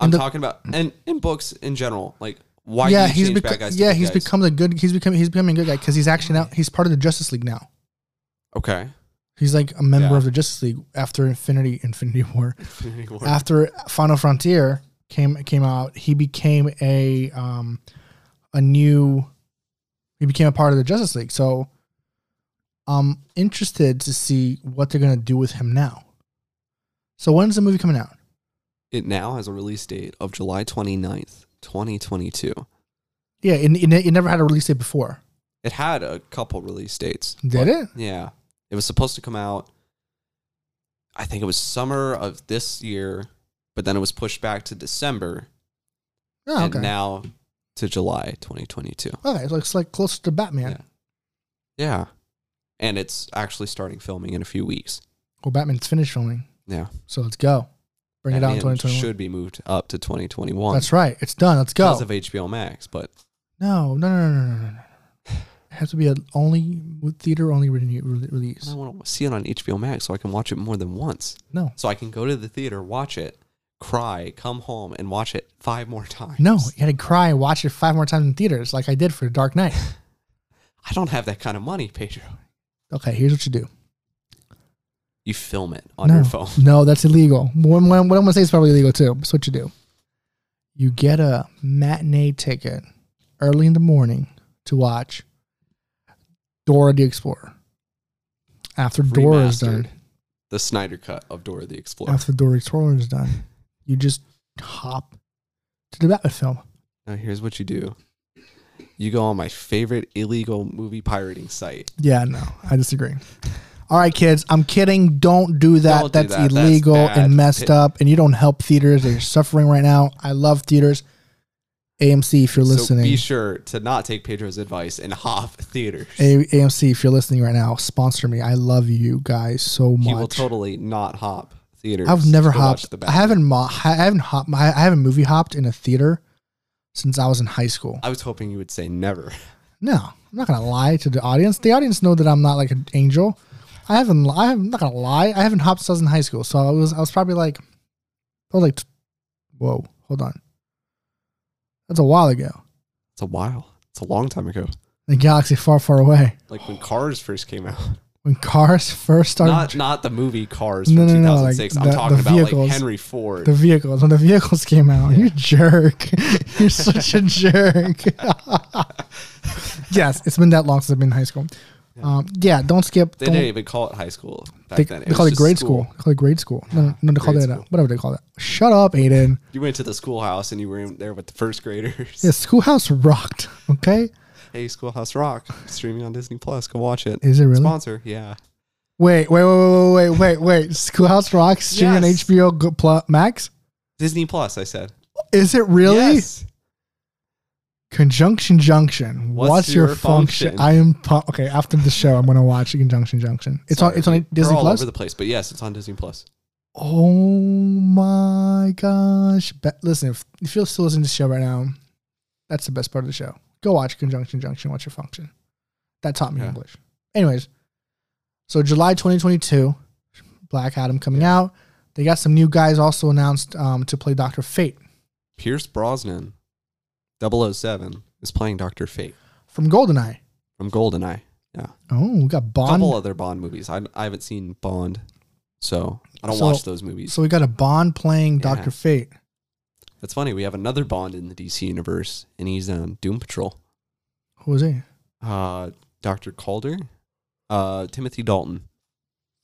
Speaker 2: I'm
Speaker 1: the-
Speaker 2: talking about and in books in general. Like, why?
Speaker 1: yeah,
Speaker 2: do you
Speaker 1: he's
Speaker 2: change
Speaker 1: beco-
Speaker 2: bad guys. to
Speaker 1: yeah
Speaker 2: good
Speaker 1: he's
Speaker 2: guys?
Speaker 1: become a good he's become he's becoming a good guy because he's actually now he's part of the Justice League now.
Speaker 2: okay.
Speaker 1: He's like a member
Speaker 2: Yeah.
Speaker 1: of the Justice League after Infinity Infinity War
Speaker 2: Infinity War.
Speaker 1: after Final Frontier came came out. He became a um a new he became a part of the Justice League. So I'm interested to see what they're gonna do with him now. So when's the movie coming out?
Speaker 2: It now has a release date of July 29th, 2022.
Speaker 1: Yeah, it, it, it never had a release date before.
Speaker 2: It had a couple release dates.
Speaker 1: Did it?
Speaker 2: Yeah. It was supposed to come out, I think it was summer of this year, but then it was pushed back to December
Speaker 1: Oh,
Speaker 2: and
Speaker 1: okay.
Speaker 2: now to July 2022.
Speaker 1: okay, it looks like closer to Batman.
Speaker 2: Yeah. Yeah. And it's actually starting filming in a few weeks.
Speaker 1: Well, Batman's finished filming,
Speaker 2: Yeah.
Speaker 1: so let's go. Bring it out in
Speaker 2: Batman
Speaker 1: 2021.
Speaker 2: Should be moved up to 2021.
Speaker 1: That's right. It's done. Let's go.
Speaker 2: Because of HBO Max, but
Speaker 1: No, no, no, no, no, no, no, no. It has to be a only theater only re- re-
Speaker 2: I
Speaker 1: release.
Speaker 2: want to see it on HBO Max so I can watch it more than once.
Speaker 1: No,
Speaker 2: So I can go to the theater, watch it, cry, come home, and watch it five more times.
Speaker 1: no. You had to cry and watch it five more times in theaters, like I did for Dark Knight.
Speaker 2: I don't have that kind of money, Pedro.
Speaker 1: Okay, here's what you do.
Speaker 2: You film it on
Speaker 1: no,
Speaker 2: your phone.
Speaker 1: no, that's illegal. What, what I'm going to say is probably illegal too. That's what you do. You get a matinee ticket early in the morning to watch Dora the Explorer. After Dora is
Speaker 2: Remastered
Speaker 1: done,
Speaker 2: The Snyder cut of Dora the Explorer.
Speaker 1: after Dora the Explorer is done, you just hop to the Batman film.
Speaker 2: Now here's what you do. You go on my favorite illegal movie pirating site.
Speaker 1: Yeah, no, I disagree. All right, kids, I'm kidding. Don't do that.
Speaker 2: Don't do
Speaker 1: That's
Speaker 2: that. That's
Speaker 1: illegal
Speaker 2: bad.
Speaker 1: and messed up, and you don't help theaters. They're suffering right now. I love theaters. AMC, if you're
Speaker 2: So
Speaker 1: listening,
Speaker 2: be sure to not take Pedro's advice and hop theaters.
Speaker 1: A- AMC, if you're listening right now, sponsor me. I love you guys so
Speaker 2: He will
Speaker 1: much.
Speaker 2: totally not hop theaters.
Speaker 1: I've never
Speaker 2: to watch
Speaker 1: hopped.
Speaker 2: The
Speaker 1: I
Speaker 2: Batman.
Speaker 1: haven't. Mo- I haven't hopped. I I haven't movie hopped in a theater since I was in high school.
Speaker 2: I was hoping you would say never.
Speaker 1: No, I'm not gonna lie to the audience. The audience know that I'm not like an angel. I haven't. li- I'm not gonna lie. I haven't hopped since I was in high school, so I was. I was probably like, I was like, whoa, hold on. I That's a while ago.
Speaker 2: It's a while. It's a long time ago.
Speaker 1: The galaxy far, far away.
Speaker 2: Like when Cars first came out.
Speaker 1: When cars first started,
Speaker 2: Not not the movie Cars
Speaker 1: No,
Speaker 2: from
Speaker 1: no, no, like
Speaker 2: 2006. I'm
Speaker 1: the-
Speaker 2: talking
Speaker 1: the
Speaker 2: about
Speaker 1: vehicles.
Speaker 2: like Henry Ford.
Speaker 1: the vehicles when the vehicles came out, you jerk. You're such a jerk. yes, it's been that long since I've been in high school. Um, yeah, don't skip.
Speaker 2: they
Speaker 1: don't,
Speaker 2: didn't even call it high school back
Speaker 1: They,
Speaker 2: then.
Speaker 1: they
Speaker 2: was
Speaker 1: call it
Speaker 2: just
Speaker 1: grade school. They call it grade school. No, no, they call
Speaker 2: grade
Speaker 1: that
Speaker 2: school.
Speaker 1: whatever they call that. Shut up, Aiden.
Speaker 2: You went to the schoolhouse and you were in there with the first graders.
Speaker 1: Yeah, schoolhouse rocked. Okay,
Speaker 2: Hey, Schoolhouse Rock streaming on Disney Plus. Go watch it.
Speaker 1: is it really?
Speaker 2: Sponsor, yeah.
Speaker 1: Wait, wait, wait, wait, wait, wait, wait. Schoolhouse Rock streaming
Speaker 2: Yes.
Speaker 1: on HBO Go- Plu- Max.
Speaker 2: Disney Plus. I said.
Speaker 1: Is it really?
Speaker 2: Yes.
Speaker 1: Conjunction Junction. What's,
Speaker 2: What's
Speaker 1: your,
Speaker 2: your
Speaker 1: function?
Speaker 2: function?
Speaker 1: I am pu- okay. After the show, I'm gonna watch Conjunction Junction. It's on.
Speaker 2: Sorry.
Speaker 1: It's on
Speaker 2: They're
Speaker 1: Disney
Speaker 2: all
Speaker 1: Plus.
Speaker 2: over the place, but yes, it's on Disney Plus.
Speaker 1: oh my gosh! Be- listen, if, if you're still listening to the show right now, that's the best part of the show. Go watch Conjunction Junction. What's your function? That taught me
Speaker 2: Yeah.
Speaker 1: English. Anyways, so July 2022, Black Adam coming out. They got some new guys also announced um, to play Doctor Fate
Speaker 2: Pierce Brosnan, 007, is playing Doctor Fate
Speaker 1: from Goldeneye.
Speaker 2: from GoldenEye.
Speaker 1: Oh, we got
Speaker 2: A
Speaker 1: Bond.
Speaker 2: couple other Bond movies. I, I haven't seen Bond, so I don't
Speaker 1: So-
Speaker 2: watch those movies.
Speaker 1: So we got a Bond playing
Speaker 2: Yeah.
Speaker 1: Doctor Fate.
Speaker 2: That's funny. We have another Bond in the DC universe, and he's on Doom Patrol.
Speaker 1: Who was he?
Speaker 2: Uh, Doctor Calder, uh, Timothy Dalton.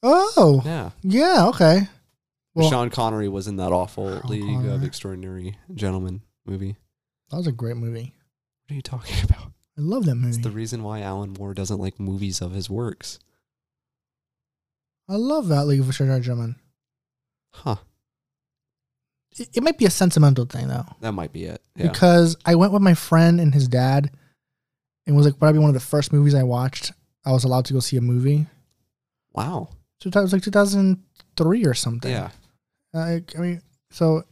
Speaker 1: Oh,
Speaker 2: Yeah,
Speaker 1: yeah, okay. Well,
Speaker 2: Sean Connery was in that awful
Speaker 1: Sean
Speaker 2: League of
Speaker 1: Connery.
Speaker 2: Extraordinary Gentlemen movie.
Speaker 1: that was a great movie.
Speaker 2: What are you talking about?
Speaker 1: I love that
Speaker 2: It's
Speaker 1: movie.
Speaker 2: the reason why Alan Moore doesn't like movies of his works,
Speaker 1: I love that League of Extraordinary Gentlemen.
Speaker 2: huh?
Speaker 1: It, it might be a sentimental thing though,
Speaker 2: That might be it. Yeah.
Speaker 1: because I went with my friend and his dad, and it was like probably one of the first movies I watched. I was allowed to go see a movie.
Speaker 2: Wow.
Speaker 1: So that was like 2003 or something.
Speaker 2: Yeah.
Speaker 1: I, I mean, so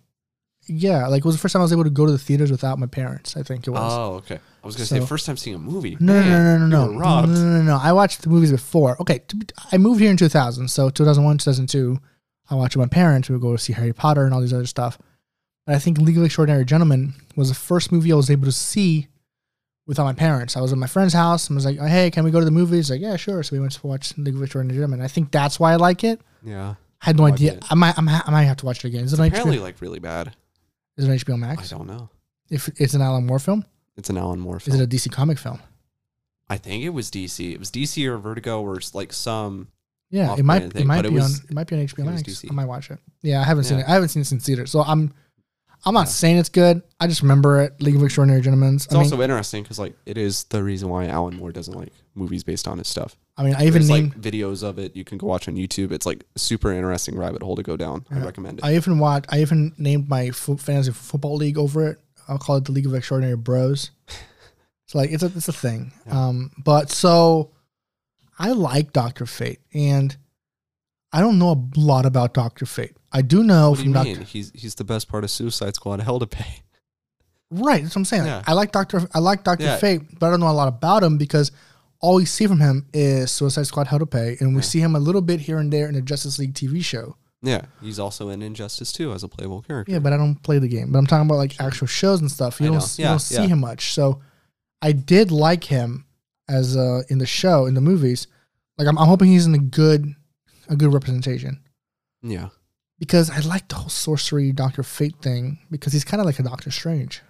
Speaker 1: yeah, like it was the first time I was able to go to the theaters without my parents. I think it was.
Speaker 2: Oh, okay. I was gonna
Speaker 1: So-
Speaker 2: say first time seeing a movie.
Speaker 1: No,
Speaker 2: Man,
Speaker 1: no, no, no,
Speaker 2: you
Speaker 1: no, Mm. no,
Speaker 2: were
Speaker 1: no,
Speaker 2: robbed.
Speaker 1: no, no, no. I watched the movies before. Okay, t- I moved here in 2000, so 2001, 2002, I watched with my parents. We would go see Harry Potter and all these other stuff. But I think League of Extraordinary Gentlemen was the first movie I was able to see without my parents. I was at my friend's house and was like, "Hey, can we go to the movies?" Like, "Yeah, sure." So we went to watch League of Extraordinary Gentlemen. I think that's why I like it.
Speaker 2: Yeah.
Speaker 1: I had no
Speaker 2: Like
Speaker 1: idea.
Speaker 2: it.
Speaker 1: I might, I might, I might have to watch it again. Is it on
Speaker 2: Oh, Apparently,
Speaker 1: HBO?
Speaker 2: like really bad.
Speaker 1: Is it on HBO
Speaker 2: I
Speaker 1: Max?
Speaker 2: don't know.
Speaker 1: If it's an Alan Moore film,
Speaker 2: It's an Alan Moore
Speaker 1: is
Speaker 2: film.
Speaker 1: it a DC comic film?
Speaker 2: I think it was DC. It was DC or Vertigo or s- like some.
Speaker 1: Yeah,
Speaker 2: off
Speaker 1: it might
Speaker 2: brand
Speaker 1: it
Speaker 2: thing,
Speaker 1: might be
Speaker 2: but it was-
Speaker 1: on it might be on HBO
Speaker 2: it was
Speaker 1: Max.
Speaker 2: DC.
Speaker 1: I might watch it. Yeah, I haven't seen
Speaker 2: Yeah.
Speaker 1: it. I haven't seen it since theater, so I'm I'm not
Speaker 2: Yeah.
Speaker 1: saying it's good. I just remember it. League of Extraordinary Gentlemen.
Speaker 2: It's
Speaker 1: I mean,
Speaker 2: also interesting because like it is the reason why Alan Moore doesn't like movies based on his stuff.
Speaker 1: I mean, I even
Speaker 2: There's
Speaker 1: named
Speaker 2: like videos of it you can go watch on YouTube. It's like a super interesting rabbit hole to go down. I
Speaker 1: Yeah.
Speaker 2: recommend it.
Speaker 1: I even watched I even named my fo- fantasy football league over it. I'll call it the League of Extraordinary Bros. it's like it's a it's a thing.
Speaker 2: Yeah.
Speaker 1: Um, but so I like Doctor Fate, and I don't know a lot about Doctor Fate. I do know
Speaker 2: what do
Speaker 1: from
Speaker 2: you
Speaker 1: Doctor
Speaker 2: mean? He's he's the best part of Suicide Squad. Hell to pay.
Speaker 1: Right, that's what I'm saying. Like,
Speaker 2: Yeah.
Speaker 1: I like Doctor. I like Doctor
Speaker 2: Yeah.
Speaker 1: Fate, but I don't know a lot about him because all we see from him is Suicide Squad: How to Pay, and we
Speaker 2: Yeah.
Speaker 1: see him a little bit here and there in the Justice League TV show.
Speaker 2: Yeah, he's also in Injustice too as a playable character.
Speaker 1: Yeah, but I don't play the game. But I'm talking about like actual shows and stuff. You
Speaker 2: I
Speaker 1: don't.
Speaker 2: know.
Speaker 1: You
Speaker 2: Yeah,
Speaker 1: don't see
Speaker 2: yeah.
Speaker 1: him much. So I did like him as uh, in the show in the movies. Like I'm, I'm hoping he's in a good, a good representation
Speaker 2: Yeah,
Speaker 1: because I like the whole sorcery Doctor Fate thing because he's kind of like a Doctor Strange,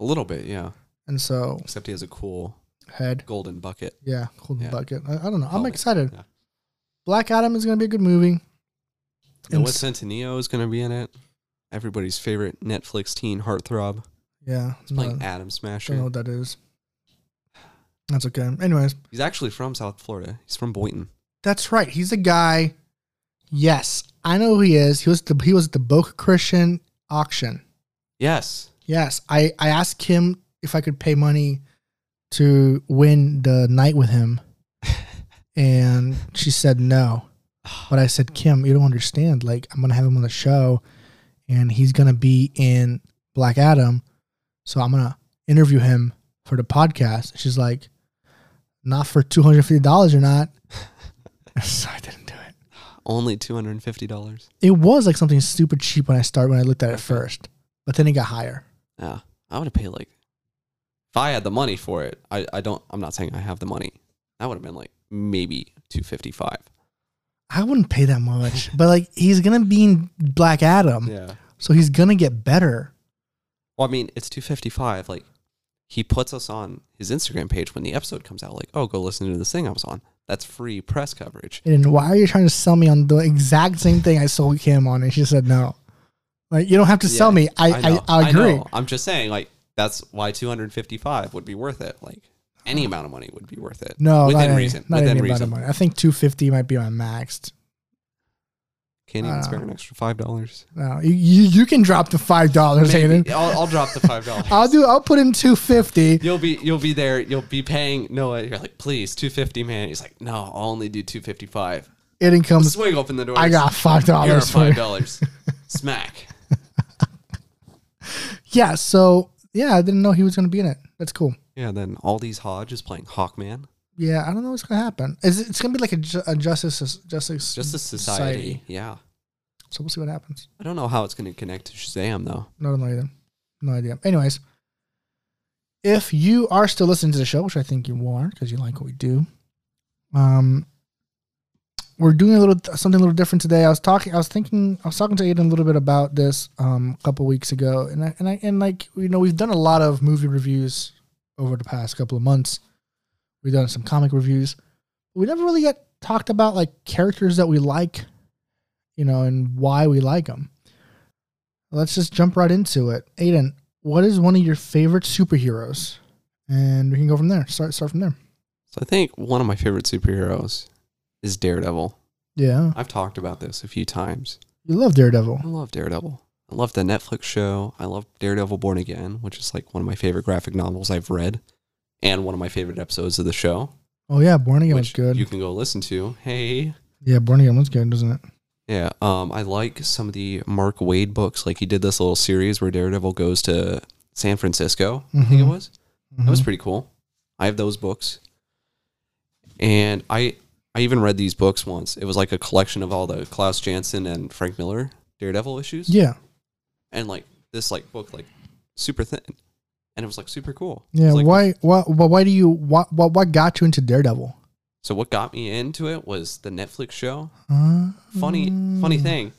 Speaker 2: a little bit. Yeah,
Speaker 1: and so
Speaker 2: except he has a cool
Speaker 1: head.
Speaker 2: golden bucket.
Speaker 1: Yeah, Golden
Speaker 2: Yeah.
Speaker 1: Bucket. I, I don't know. I'm
Speaker 2: Helmet.
Speaker 1: excited.
Speaker 2: Yeah.
Speaker 1: Black Adam is going to be a good movie. And
Speaker 2: Noah
Speaker 1: s-
Speaker 2: Centineo is going to be in it. Everybody's favorite Netflix teen heartthrob.
Speaker 1: Yeah,
Speaker 2: He's playing
Speaker 1: no,
Speaker 2: Adam
Speaker 1: don't know
Speaker 2: Smasher.
Speaker 1: what that is. That's okay. Anyways,
Speaker 2: He's actually from South Florida. He's from Boynton.
Speaker 1: that's right. He's a guy. Yes, I know who he is. He was the he was at the Boca Christian auction.
Speaker 2: Yes.
Speaker 1: Yes, I I asked him if I could pay money to win the night with him, and she said no. But I said, Kim, you don't understand. Like, I'm gonna have him on the show, and he's gonna be in Black Adam, so I'm gonna interview him for the podcast. She's like, not for two hundred fifty dollars or not. so I didn't do it.
Speaker 2: Only two hundred and fifty dollars.
Speaker 1: It was like something super cheap when I started when I looked at it
Speaker 2: Okay.
Speaker 1: first, but then it got higher.
Speaker 2: Yeah. I would have paid like if I had the money for it. I, I don't. I'm not saying I have the money. That would have been like maybe two fifty five.
Speaker 1: I wouldn't pay that much, but like he's gonna be in Black Adam,
Speaker 2: Yeah.
Speaker 1: so he's gonna get better.
Speaker 2: Well, I mean, it's two fifty five. Like he puts us on his Instagram page when the episode comes out. Like, oh, go listen to this thing I was on. That's free press coverage.
Speaker 1: And why are you trying to sell me on the exact same thing I sold Kim on? And she said no. Like you don't have to sell me. I I,
Speaker 2: know,
Speaker 1: I, agree.
Speaker 2: know. I'm just saying, like, that's why 255 would be worth it. Like, any amount of money would be worth it.
Speaker 1: No,
Speaker 2: within
Speaker 1: not,
Speaker 2: reason.
Speaker 1: reason. Not
Speaker 2: within
Speaker 1: any amount
Speaker 2: reason.
Speaker 1: of money. I think two fifty might be my maxed.
Speaker 2: Can't even
Speaker 1: Uh,
Speaker 2: spare an extra five dollars.
Speaker 1: No, you, you you can drop to five dollars, Hayden.
Speaker 2: I'll, I'll drop the five dollars.
Speaker 1: I'll do. I'll put in two fifty.
Speaker 2: You'll be you'll be there. You'll be paying Noah. You're like, please, two fifty, man. He's like, no, I'll only do two fifty five.
Speaker 1: It comes.
Speaker 2: Swing open the door.
Speaker 1: I got five
Speaker 2: You're
Speaker 1: dollars.
Speaker 2: five dollars. Smack.
Speaker 1: Yeah. So yeah, I didn't know he was gonna be in it. That's cool.
Speaker 2: Yeah. Then all these Hodge is playing Hawkman.
Speaker 1: Yeah, I don't know what's gonna happen. It's, it's gonna be like a, ju- a justice justice
Speaker 2: Just a society. Yeah.
Speaker 1: So we'll see what happens.
Speaker 2: I don't know how it's going to connect to Shazam though.
Speaker 1: No, no idea. No idea. Anyways, if you are still listening to the show, which I think you are, because you like what we do, um, we're doing a little something a little different today. I was talking, I was thinking, I was talking to Aiden a little bit about this um, a couple weeks ago, and I, and I and like you know we've done a lot of movie reviews over the past couple of months. We've done some comic reviews. We never really yet talked about like characters that we like, you know, and why we like them. Let's just jump right into it. Aiden, what is one of your favorite superheroes? And we can go from there. Start start from there.
Speaker 2: So I think one of my favorite superheroes is Daredevil.
Speaker 1: Yeah.
Speaker 2: I've talked about this a few times.
Speaker 1: You love Daredevil.
Speaker 2: I love Daredevil. I love the Netflix show. I love Daredevil Born Again, which is like one of my favorite graphic novels I've read and one of my favorite episodes of the show.
Speaker 1: Oh yeah, Born Again was
Speaker 2: which
Speaker 1: good.
Speaker 2: you can go listen to. Hey.
Speaker 1: yeah, Born Again was good, doesn't it?
Speaker 2: Yeah. Um, I like some of the Mark Wade books. Like he did this little series where Daredevil goes to San Francisco, I think it
Speaker 1: Mhm.
Speaker 2: was. That was pretty cool. I have those books. And I I even read these books once. It was like a collection of all the Klaus Janson and Frank Miller Daredevil issues.
Speaker 1: yeah.
Speaker 2: and like this like book like super thin and it was like super cool It
Speaker 1: Yeah.
Speaker 2: was, like,
Speaker 1: why why why why do you what what what got you into Daredevil?
Speaker 2: so what got me into it was the netflix show
Speaker 1: Uh,
Speaker 2: funny funny thing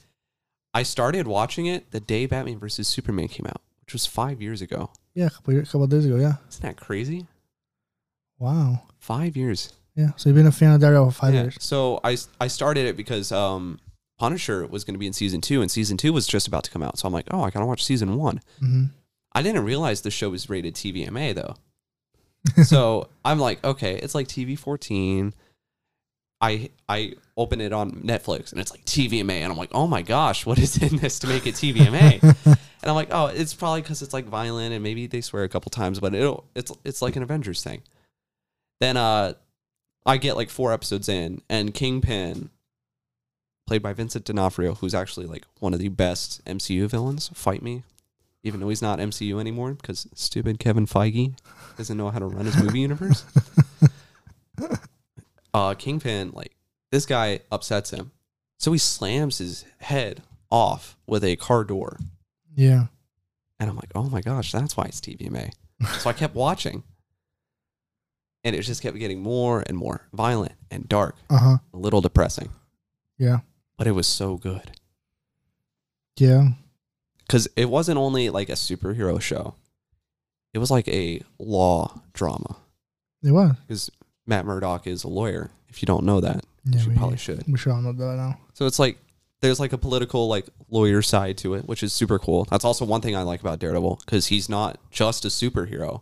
Speaker 2: i started watching it the day batman vs superman came out which was five years ago
Speaker 1: Yeah, a couple, years, couple of days ago, yeah.
Speaker 2: isn't that crazy
Speaker 1: Wow.
Speaker 2: five years
Speaker 1: Yeah. So you've been a fan of Daredevil for five
Speaker 2: yeah.
Speaker 1: years.
Speaker 2: so I, s- I started it because um punisher was going to be in season two and season two was just about to come out so i'm like oh i gotta watch season one
Speaker 1: Mm-hmm.
Speaker 2: I didn't realize the show was rated TVMA though. so I'm like, okay, it's like TV 14. I I open it on Netflix and it's like TVMA and I'm like, oh my gosh, what is in this to make it TVMA? and I'm like, oh, it's probably because it's like violent and maybe they swear a couple times, but it'll it's it's like an Avengers thing. Then uh, I get like four episodes in and Kingpin, played by Vincent D'Onofrio, who's actually like one of the best MCU villains, fight me even though he's not MCU anymore because stupid Kevin Feige doesn't know how to run his movie universe. Uh, Kingpin, like this guy upsets him, so he slams his head off with a car door,
Speaker 1: Yeah.
Speaker 2: and I'm like, oh my gosh, that's why it's TVMA. So I kept watching, and it just kept getting more and more violent and dark,
Speaker 1: Uh huh.
Speaker 2: a little depressing,
Speaker 1: Yeah.
Speaker 2: but it was so good
Speaker 1: Yeah.
Speaker 2: because it wasn't only like a superhero show; it was like a law drama.
Speaker 1: It was.
Speaker 2: because Matt Murdock is a lawyer. If you don't know that,
Speaker 1: Yeah.
Speaker 2: you
Speaker 1: We,
Speaker 2: probably should.
Speaker 1: we should all know that now.
Speaker 2: So it's like there's like a political like lawyer side to it, which is super cool. That's also one thing I like about Daredevil because he's not just a superhero,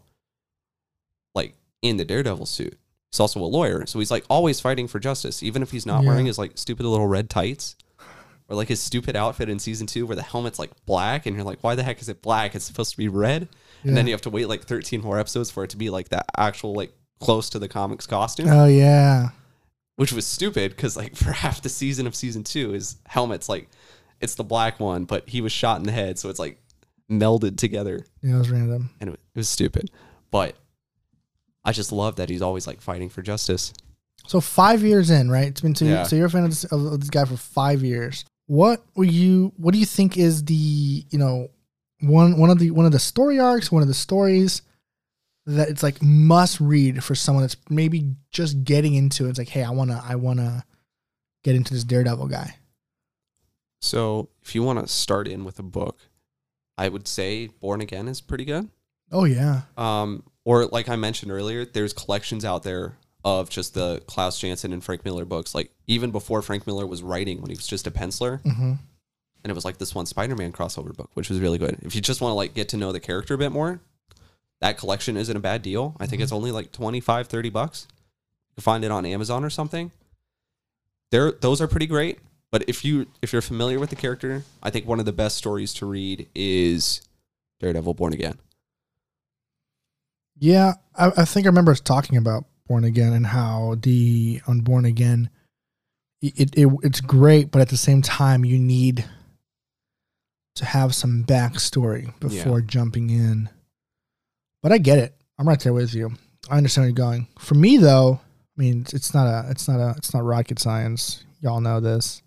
Speaker 2: like in the Daredevil suit. He's also a lawyer, so he's like always fighting for justice, even if he's not
Speaker 1: Yeah.
Speaker 2: wearing his like stupid little red tights. Or like his stupid outfit in season two, where the helmet's like black, and you're like, "Why the heck is it black? It's supposed to be red."
Speaker 1: Yeah.
Speaker 2: And then you have to wait like 13 more episodes for it to be like that actual like close to the comics costume
Speaker 1: Oh yeah.
Speaker 2: which was stupid because like for half the season of season two his helmet's like it's the black one but he was shot in the head so it's like melded together
Speaker 1: Yeah, it was random.
Speaker 2: and it, wa- it was stupid but i just love that he's always like fighting for justice
Speaker 1: So five years in, right? It's been two.
Speaker 2: Yeah.
Speaker 1: So you're a fan of this, of this guy for five years. What were you? What do you think is the you know one one of the one of the story arcs, one of the stories that it's like must read for someone that's maybe just getting into it. It's like, hey, I wanna I wanna get into this Daredevil guy.
Speaker 2: So if you want to start in with a book, I would say Born Again is pretty good.
Speaker 1: Oh yeah.
Speaker 2: Um, or like I mentioned earlier, there's collections out there of just the Klaus Janson and Frank Miller books. Like even before Frank Miller was writing, when he was just a penciler,
Speaker 1: Mm-hmm.
Speaker 2: and it was like this one Spider-Man crossover book, which was really good. If you just want to like get to know the character a bit more, that collection isn't a bad deal. I think it's only like 25, 30 bucks. You can find it on Amazon or something. There those are pretty great, but if you if you're familiar with the character, I think one of the best stories to read is Daredevil Born Again.
Speaker 1: Yeah, I, I think I remember us talking about Born Again and how the on Born Again, i- it, it it's great, but at the same time, you need to have some backstory before jumping in. But I get it. I'm right there with you. I understand where you're going. For me, though, I mean, it's- it's not a, it's not a, it's not rocket science. Y'all know this.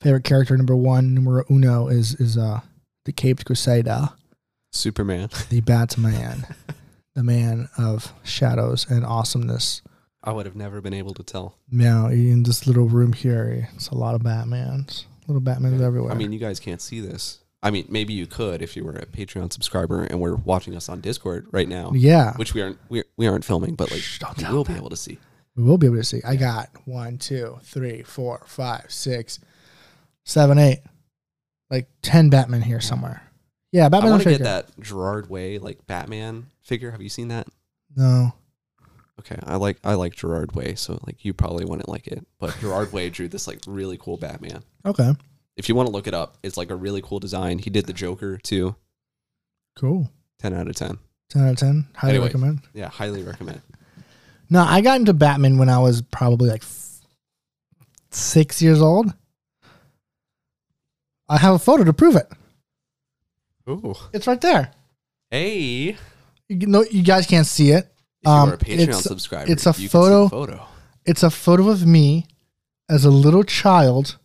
Speaker 1: Favorite character number one, numero uno, is is uh the Caped Crusader
Speaker 2: Superman.
Speaker 1: the Batman, the man of shadows and awesomeness.
Speaker 2: I would have never been able to tell.
Speaker 1: Now, in this little room here, it's a lot of Batmans. Little Batmans everywhere.
Speaker 2: I mean, you guys can't see this. I mean, maybe you could if you were a Patreon subscriber and were watching us on Discord right now,
Speaker 1: yeah,
Speaker 2: which we aren't we, we aren't filming, but like
Speaker 1: Shh, don't
Speaker 2: you
Speaker 1: tell
Speaker 2: will be able to see.
Speaker 1: we will be able to see. I got one, two, three, four, five, six, seven, eight, like ten Batman here somewhere. Yeah,
Speaker 2: I
Speaker 1: Batman.
Speaker 2: want to
Speaker 1: figure.
Speaker 2: get that Gerard Way like Batman figure. Have you seen that?
Speaker 1: No,
Speaker 2: Okay, I like I like Gerard Way, so like you probably wouldn't like it, but Gerard Way drew this like really cool Batman.
Speaker 1: okay,
Speaker 2: If you want to look it up, it's like a really cool design. He did the Joker too.
Speaker 1: cool.
Speaker 2: Ten out of ten.
Speaker 1: Ten out of ten. Highly
Speaker 2: Anyway.
Speaker 1: recommend.
Speaker 2: Yeah, highly recommend.
Speaker 1: No, I got into Batman when I was probably like f- six years old. I have a photo to prove it.
Speaker 2: Ooh,
Speaker 1: It's right there.
Speaker 2: hey! If
Speaker 1: You, can- no, you guys can't see it.
Speaker 2: you
Speaker 1: Um,
Speaker 2: are a Patreon
Speaker 1: it's-
Speaker 2: subscriber,
Speaker 1: it's a
Speaker 2: you can see the
Speaker 1: photo-
Speaker 2: photo.
Speaker 1: It's a photo of me as a little child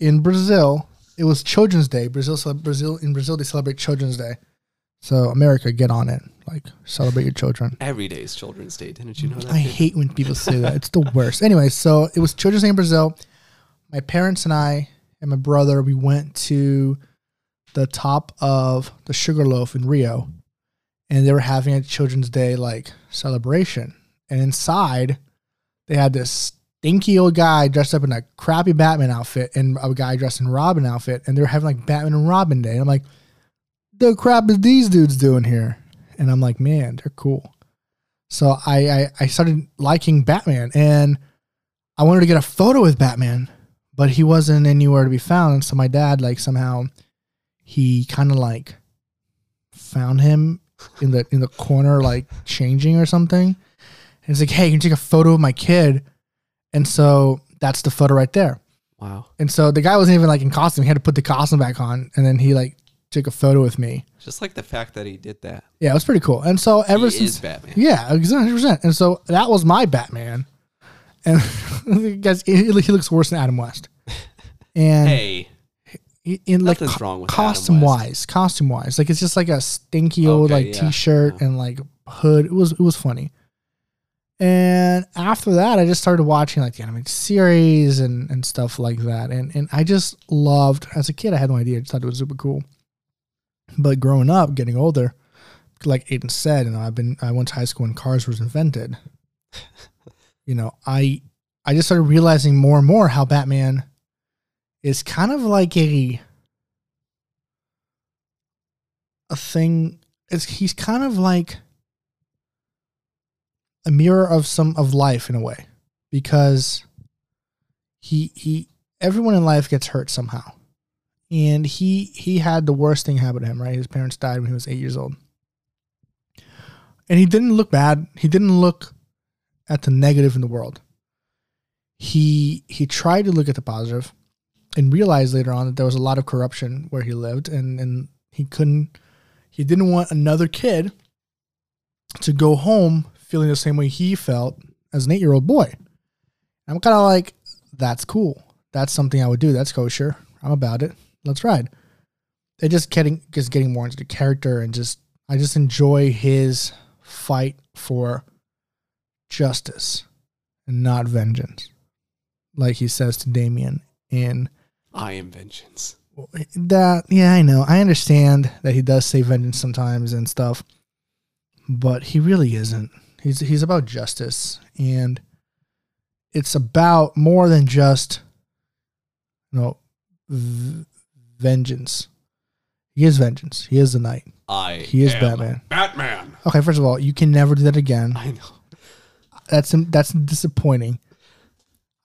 Speaker 1: in Brazil. It was Children's Day. Brazil, cele- Brazil in Brazil they celebrate Children's Day. So America, get on it. Like celebrate your children.
Speaker 2: Every day is Children's Day. Didn't you know that?
Speaker 1: I hate when people say that. It's the worst. Anyway, so it was Children's Day in Brazil. My parents and I and my brother, we went to the top of the Sugarloaf in Rio, and they were having a Children's Day like celebration. And inside, they had this stinky old guy dressed up in a crappy Batman outfit and a guy dressed in Robin outfit, and they were having like Batman and Robin Day. And I'm like, the crap is these dudes doing here? And I'm like, man, they're cool. So I, I I started liking Batman and I wanted to get a photo with Batman, but he wasn't anywhere to be found. And so my dad like somehow he kind of like found him in the in the corner like changing or something. And he's like, "Hey, you can take a photo of my kid." And so that's the photo right there.
Speaker 2: Wow,
Speaker 1: And so the guy wasn't even like in costume. He had to put the costume back on and then he like took a photo with me.
Speaker 2: just like the fact that he did that.
Speaker 1: Yeah, it was pretty cool. And so ever
Speaker 2: he
Speaker 1: since
Speaker 2: is Batman.
Speaker 1: yeah, exactly. 100%. And so that was my Batman. And guys, he, he looks worse than Adam West. And
Speaker 2: Hey,
Speaker 1: he- in like
Speaker 2: nothing's wrong with Adam
Speaker 1: costume
Speaker 2: West.
Speaker 1: wise, costume wise, like it's just like a stinky old
Speaker 2: Okay,
Speaker 1: like
Speaker 2: yeah,
Speaker 1: t-shirt
Speaker 2: yeah.
Speaker 1: and like hood. It was it was funny. And after that, I just started watching like the animated series and and stuff like that. And and I just loved as a kid. I had no idea. I just thought it was super cool. But growing up, getting older, like Aiden said, you know, I've been I went to high school when cars was invented. you know, I I just started realizing more and more how Batman is kind of like a a thing. It's he's kind of like a mirror of some of life in a way, because he he everyone in life gets hurt somehow, and he he had the worst thing happen to him. Right, his parents died when he was eight years old, and he didn't look bad. He didn't look at the negative in the world. He he tried to look at the positive, and realized later on that there was a lot of corruption where he lived, and and he couldn't he didn't want another kid to go home feeling the same way he felt as an eight year old boy. I'm kind of like, that's cool. That's something I would do. That's kosher. I'm about it. Let's ride. they're just getting just getting more into the character and just I just enjoy his fight for justice and not vengeance. Like he says to Damien in
Speaker 2: I am vengeance.
Speaker 1: that yeah, I know. I understand that he does say vengeance sometimes and stuff, but he really isn't. He's he's about justice and it's about more than just you know v- vengeance. He is vengeance. He is the knight.
Speaker 2: I
Speaker 1: He is
Speaker 2: am
Speaker 1: Batman.
Speaker 2: Batman.
Speaker 1: Okay, first of all, you can never do that again.
Speaker 2: I know.
Speaker 1: That's that's disappointing.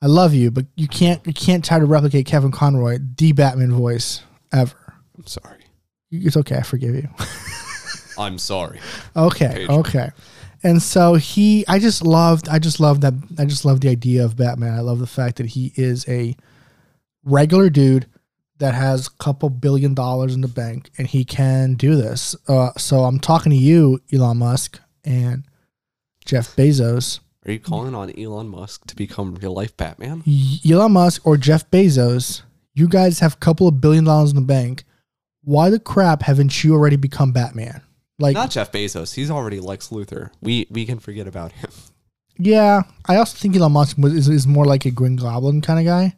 Speaker 1: I love you, but you can't you can't try to replicate Kevin Conroy, the Batman voice ever.
Speaker 2: I'm sorry.
Speaker 1: It's okay, I forgive you.
Speaker 2: I'm sorry.
Speaker 1: Okay,
Speaker 2: Page.
Speaker 1: okay. And so he I just loved I just loved that I just love the idea of Batman. I love the fact that he is a regular dude that has a couple billion dollars in the bank and he can do this. Uh, so I'm talking to you, Elon Musk and Jeff Bezos.
Speaker 2: Are you calling on Elon Musk to become real life Batman?
Speaker 1: Y- Elon Musk or Jeff Bezos, you guys have a couple of billion dollars in the bank. Why the crap haven't you already become Batman? Like,
Speaker 2: Not Jeff Bezos. He's already Lex Luthor. We we can forget about him.
Speaker 1: yeah, I also think Elon Musk was, is, is more like a Green Goblin kind of guy.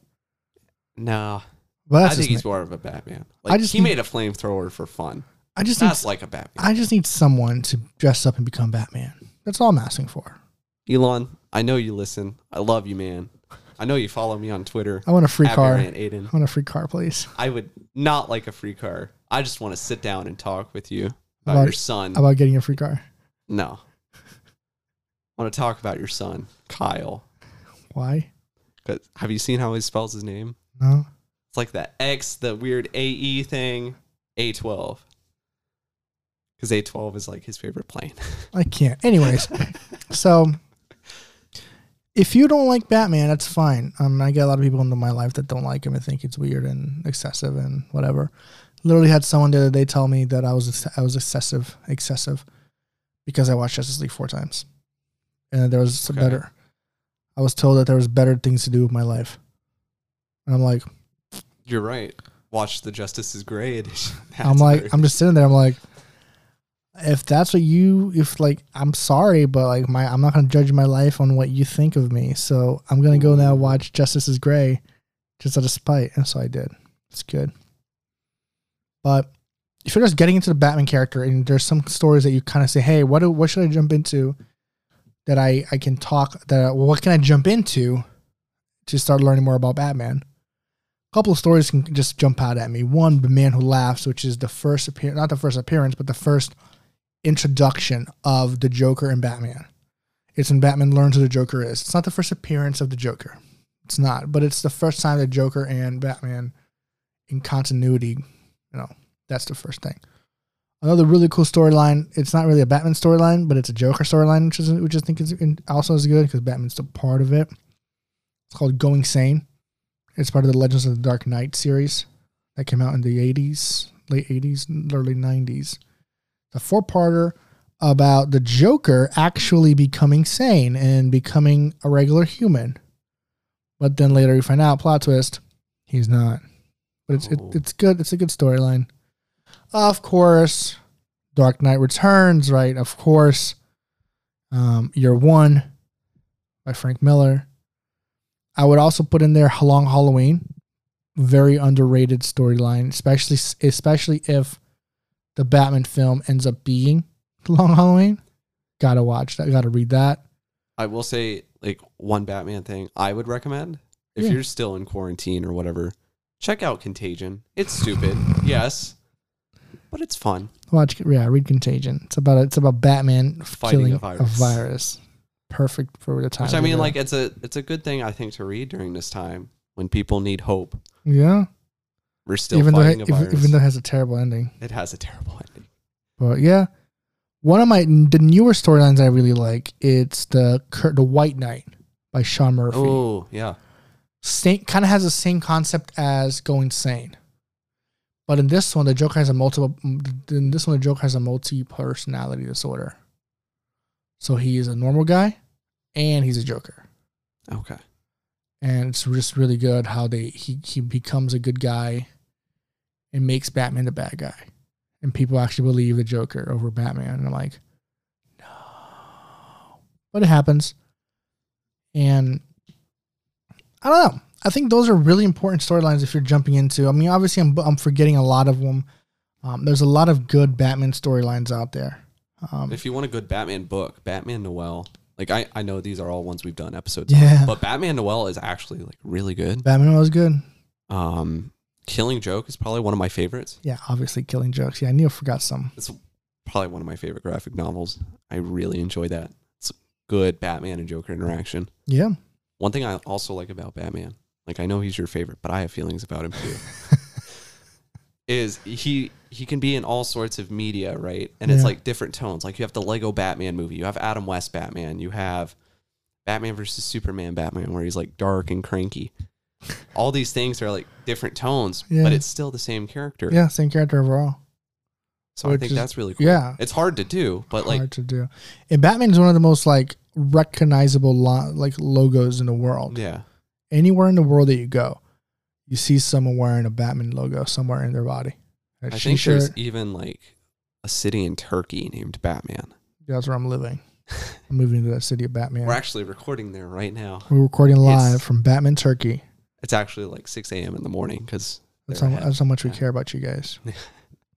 Speaker 2: Nah.
Speaker 1: But
Speaker 2: I
Speaker 1: that's I,
Speaker 2: think
Speaker 1: just
Speaker 2: he's more of a Batman. Like
Speaker 1: just
Speaker 2: he
Speaker 1: think-
Speaker 2: made a flamethrower for fun.
Speaker 1: I just need,
Speaker 2: That's like a Batman.
Speaker 1: I just need someone to dress up and become Batman. That's all I'm asking for.
Speaker 2: Elon, I know you listen. I love you, man. I know you follow me on Twitter.
Speaker 1: I want a free
Speaker 2: At
Speaker 1: car.
Speaker 2: Variant Aiden.
Speaker 1: I want a free car, please.
Speaker 2: I would not like a free car. I just want to sit down and talk with you about,
Speaker 1: About-
Speaker 2: your son.
Speaker 1: How about getting a free car?
Speaker 2: no. I want to talk about your son, Kyle.
Speaker 1: Why?
Speaker 2: 'Cause have you seen how he spells his name?
Speaker 1: No.
Speaker 2: It's like the X, the weird AE thing, A12. Because A12 is like his favorite plane.
Speaker 1: I can't. Anyways, so if you don't like Batman, that's fine. Um, I get a lot of people into my life that don't like him and think it's weird and excessive and whatever. Literally had someone the other day tell me that I was I was excessive, excessive, because I watched Justice League four times, and that there was some
Speaker 2: Okay.
Speaker 1: better. I was told that there was better things to do with my life, and I'm like,
Speaker 2: You're right. Watch the Justice is Gray edition.
Speaker 1: I'm
Speaker 2: That's
Speaker 1: like,
Speaker 2: better.
Speaker 1: I'm just sitting there. I'm like, if that's what you, if like, I'm sorry, but like, my, I'm not gonna judge my life on what you think of me. So I'm gonna go now watch Justice is Gray, just out of spite. And so I did. It's good. But if you're just getting into the Batman character, and there's some stories that you kind of say, hey, what do, what should I jump into? That I I can talk. That what can I jump into? to start learning more about Batman. A couple of stories can just jump out at me. One, The Man Who Laughs, which is the first appear not the first appearance, but the first introduction of the Joker and Batman. It's when Batman learns who the Joker is. It's not the first appearance of the Joker. It's not, but it's the first time that Joker and Batman in continuity, you know, that's the first thing. Another really cool storyline. It's not really a Batman storyline, but it's a Joker storyline, which is which I think is in- also is good because Batman's still part of it. It's called Going Sane. It's part of the Legends of the Dark Knight series that came out in the 80s, late 80s, and early 90s. The four parter about the Joker actually becoming sane and becoming a regular human. But then later you find out, plot twist, he's not. But it's it,
Speaker 2: Oh.
Speaker 1: it's good. It's a good storyline. Of course, Dark Knight Returns, right? Of course. Um, Year One by Frank Miller. I would also put in there Long Halloween, very underrated storyline, especially especially if the Batman film ends up being Long Halloween. Gotta watch that. Gotta read that.
Speaker 2: I will say, like, one Batman thing I would recommend if
Speaker 1: Yeah.
Speaker 2: you're still in quarantine or whatever, check out Contagion. It's stupid, yes, but it's fun.
Speaker 1: Watch yeah, read Contagion. It's about it's about Batman
Speaker 2: Fighting
Speaker 1: killing
Speaker 2: a virus.
Speaker 1: virus. Perfect for the time.
Speaker 2: Which I mean,
Speaker 1: we're
Speaker 2: like, it's a it's a good thing I think to read during this time when people need hope.
Speaker 1: in. yeah,
Speaker 2: We're still
Speaker 1: even though
Speaker 2: fighting
Speaker 1: it,
Speaker 2: a virus.
Speaker 1: even, even though it has a terrible ending,
Speaker 2: it has a terrible ending.
Speaker 1: but yeah, one of my the newer storylines I really like it's the Cur- the White Knight by Sean Murphy.
Speaker 2: Oh yeah,
Speaker 1: same kind of has the same concept as going sane but in this one the joker has a multiple in this one the joker has a multi-personality disorder so he is a normal guy and he's a joker
Speaker 2: okay.
Speaker 1: and it's just really good how they he, he becomes a good guy and makes Batman the bad guy. And people actually believe the Joker over Batman. And I'm like, no. But it happens. And I don't know. I think those are really important storylines if you're jumping into. I mean, obviously, I'm, I'm forgetting a lot of them. Um, there's a lot of good Batman storylines out there. Um,
Speaker 2: If you want a good Batman book, Batman Noel. Like I, I know these are all ones we've done episodes. on,
Speaker 1: yeah,
Speaker 2: but Batman Noel is actually like really good.
Speaker 1: Batman was good.
Speaker 2: Um, Killing Joke is probably one of my favorites.
Speaker 1: Yeah, obviously, Killing Jokes. Yeah, I knew I forgot some.
Speaker 2: It's probably one of my favorite graphic novels. I really enjoy that. It's good Batman and Joker interaction.
Speaker 1: Yeah.
Speaker 2: One thing I also like about Batman, like I know he's your favorite, but I have feelings about him too. is he he can be in all sorts of media, right? And it's
Speaker 1: Yeah.
Speaker 2: like different tones. Like you have the Lego Batman movie, you have Adam West Batman, you have Batman versus Superman Batman where he's like dark and cranky. All these things are like different tones,
Speaker 1: Yeah.
Speaker 2: but it's still the same character.
Speaker 1: Yeah, same character overall.
Speaker 2: So I
Speaker 1: Which
Speaker 2: think
Speaker 1: is-
Speaker 2: that's really cool.
Speaker 1: yeah.
Speaker 2: It's hard to do, but like
Speaker 1: Hard to do. And Batman is one of the most like recognizable lo- like logos in the world.
Speaker 2: yeah.
Speaker 1: Anywhere in the world that you go, you see someone wearing a Batman logo somewhere in their body. A
Speaker 2: I think
Speaker 1: T-shirt.
Speaker 2: there's even like a city in Turkey named Batman.
Speaker 1: That's where I'm living. I'm moving to that city of Batman.
Speaker 2: We're
Speaker 1: We're,
Speaker 2: actually recording there right now.
Speaker 1: recording live
Speaker 2: It's-
Speaker 1: from Batman, Turkey.
Speaker 2: It's actually like 6 a.m. in the morning because
Speaker 1: That's how,
Speaker 2: They're
Speaker 1: that's how much we
Speaker 2: ahead.
Speaker 1: care about you guys.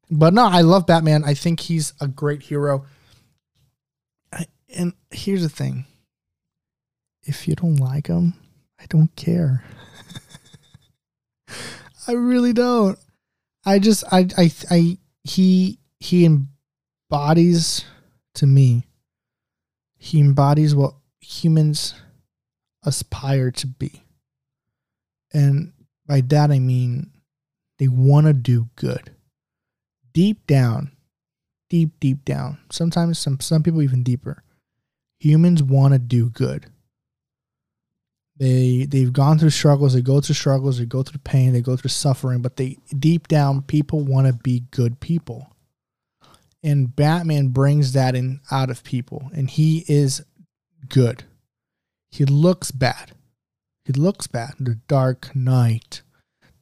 Speaker 1: but no, I love Batman. I think he's a great hero. I, and here's the thing if you don't like him, I don't care. I really don't. I just, I, I, I, he, he embodies to me, he embodies what humans aspire to be. And by that, I mean they want to do good. Deep down, deep, deep down, sometimes some, some people even deeper, humans want to do good. They, they've gone through struggles, they go through struggles, they go through pain, they go through suffering, but they deep down, people want to be good people. And Batman brings that in out of people, and he is good. He looks bad. He looks bad. The Dark Knight,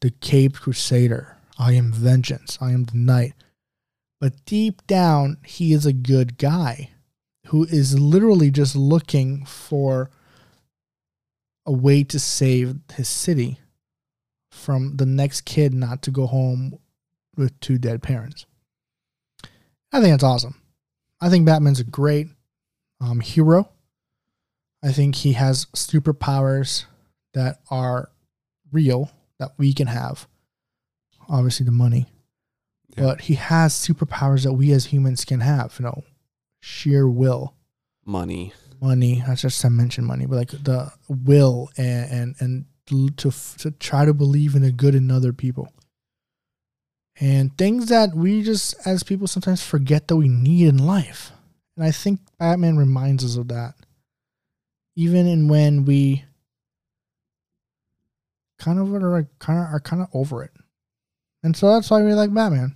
Speaker 1: the Caped Crusader. I am vengeance. I am the knight. But deep down, he is a good guy who is literally just looking for a way to save his city from the next kid not to go home with two dead parents. I think that's awesome. I think Batman's a great um, hero. I think he has superpowers that are real that we can have. Obviously, the money,
Speaker 2: Yeah.
Speaker 1: but he has superpowers that we as humans can have. You know, sheer will,
Speaker 2: money.
Speaker 1: money. I just I mentioned money, but like the will and and and l- to f- to try to believe in the good in other people, and things that we just as people sometimes forget that we need in life. And I think Batman reminds us of that, even in when we kind of are kind of are kind of over it, and so that's why we like Batman.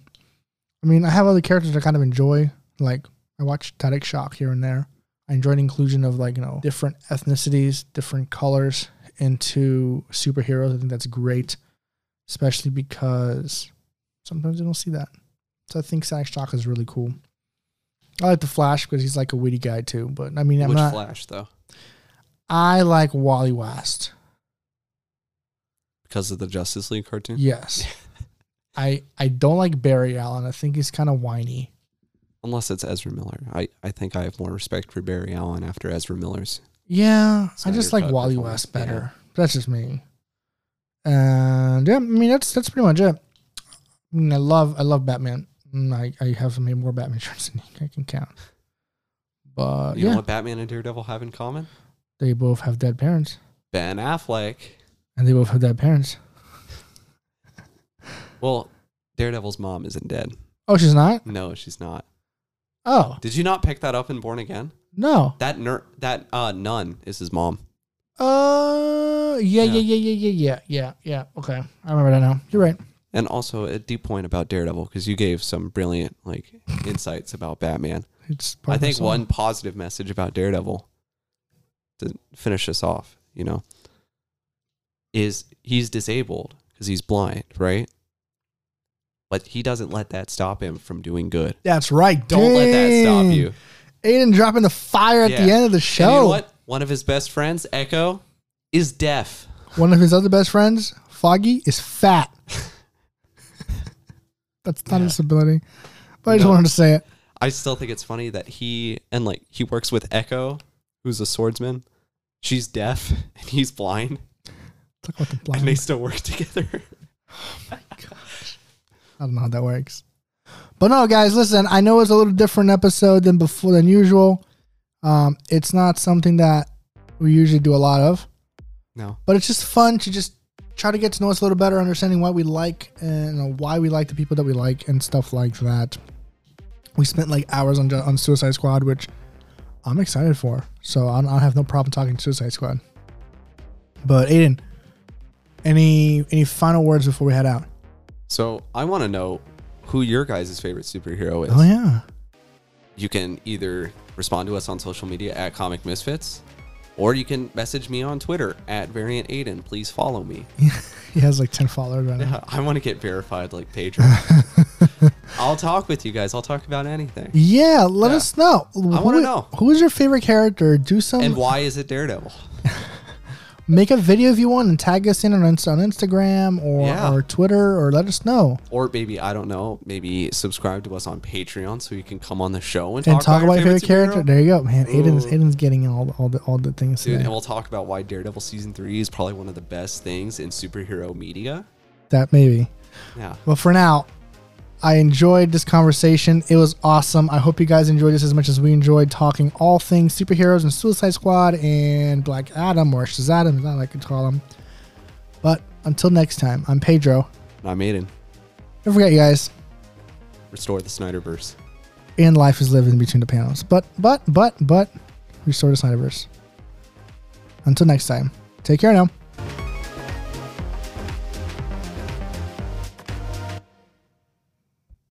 Speaker 1: I mean, I have other characters I kind of enjoy. Like I watch Static Shock here and there. I enjoy the inclusion of like you know different ethnicities, different colors into superheroes. I think that's great, especially because sometimes you don't see that. So I think Static Shock is really cool. I like the Flash because he's like a witty guy too. But I mean, I'm
Speaker 2: Which
Speaker 1: not.
Speaker 2: Flash though?
Speaker 1: I like Wally West.
Speaker 2: Because of the Justice League cartoon.
Speaker 1: Yes. I I don't like Barry Allen. I think he's kind of whiny.
Speaker 2: Unless it's Ezra Miller. I, I think I have more respect for Barry Allen after Ezra Miller's.
Speaker 1: Yeah, I just like
Speaker 2: Snyder Cut
Speaker 1: Wally
Speaker 2: performance,
Speaker 1: West better. That's just me. And yeah, I mean that's that's pretty much it. I mean, I love I love Batman. Mm, I I have made more Batman shirts than I can count. But Oh,
Speaker 2: You
Speaker 1: yeah,
Speaker 2: know what Batman and Daredevil have in common?
Speaker 1: they both have dead parents,
Speaker 2: Ben Affleck.
Speaker 1: and they both have dead parents.
Speaker 2: Well, Daredevil's mom isn't dead.
Speaker 1: Oh, she's not.
Speaker 2: No, she's not.
Speaker 1: Oh
Speaker 2: Did you not pick that up in Born Again?
Speaker 1: no.
Speaker 2: That ner- that uh nun is his mom.
Speaker 1: Uh, yeah, yeah, yeah, yeah, yeah, yeah, yeah, yeah. Okay, I remember that now. You're right.
Speaker 2: And also a deep point about Daredevil because you gave some brilliant like insights about Batman.
Speaker 1: It's part
Speaker 2: I
Speaker 1: of my
Speaker 2: think
Speaker 1: soul.
Speaker 2: one positive message about Daredevil to finish this off, you know, is he's disabled because he's blind, right? But he doesn't let that stop him from doing good.
Speaker 1: That's right.
Speaker 2: Don't let that stop
Speaker 1: Dang.
Speaker 2: you.
Speaker 1: Aiden dropping the fire at
Speaker 2: Yeah.
Speaker 1: the end of the
Speaker 2: And
Speaker 1: show.
Speaker 2: you know what? One of his best friends, Echo, is deaf.
Speaker 1: One of his other best friends, Foggy, is fat. That's not a disability. But I just
Speaker 2: No.
Speaker 1: wanted to say it.
Speaker 2: I still think it's funny that he and like he works with Echo, who's a swordsman. She's deaf and he's blind,
Speaker 1: Talk about the blind.
Speaker 2: and they still work together.
Speaker 1: I don't know how that works. But no, guys, listen, I know it's a little different episode than before than usual. Um, it's not something that we usually do a lot of,
Speaker 2: No,
Speaker 1: but it's just fun to just try to get to know us a little better, understanding what we like and uh, why we like the people that we like and stuff like that. We spent like hours on on Suicide Squad, which I'm excited for. So I don't I have no problem talking Suicide Squad. But Aiden, any any final words before we head out?
Speaker 2: so I want to know who your guys' favorite superhero is.
Speaker 1: Oh yeah.
Speaker 2: you can either respond to us on social media at Comic Misfits, or you can message me on Twitter at Variant Aiden. Please follow me.
Speaker 1: he has like 10 followers right now.
Speaker 2: I want to get verified like Pedro. I'll talk with you guys. I'll talk about anything.
Speaker 1: Yeah, let
Speaker 2: Yeah.
Speaker 1: us know. I
Speaker 2: wanna know.
Speaker 1: Who is your favorite character? Do some.
Speaker 2: And why is it Daredevil?
Speaker 1: make a video if you want and tag us in on, Inst- on Instagram or,
Speaker 2: Yeah.
Speaker 1: or Twitter or let us know.
Speaker 2: Or maybe I don't know. Maybe subscribe to us on Patreon so you can come on the show and,
Speaker 1: And talk about your favorite,
Speaker 2: superhero.
Speaker 1: character. There you go, man. Aiden's,
Speaker 2: Ooh.
Speaker 1: Aiden's getting all, all the all the things.
Speaker 2: Dude,
Speaker 1: today.
Speaker 2: and we'll talk about why Daredevil season three is probably one of the best things in superhero media.
Speaker 1: That maybe.
Speaker 2: Yeah,
Speaker 1: But for now, I enjoyed this conversation. It was awesome. I hope you guys enjoyed this as much as we enjoyed talking all things superheroes and Suicide Squad and Black Adam or Shazam, as I like to call him. But until next time, I'm Pedro.
Speaker 2: And I'm Aiden.
Speaker 1: Don't forget, you guys,
Speaker 2: Restore the Snyderverse.
Speaker 1: and life is lived in between the panels. But, but, but, but, restore the Snyderverse. Until next time, take care now.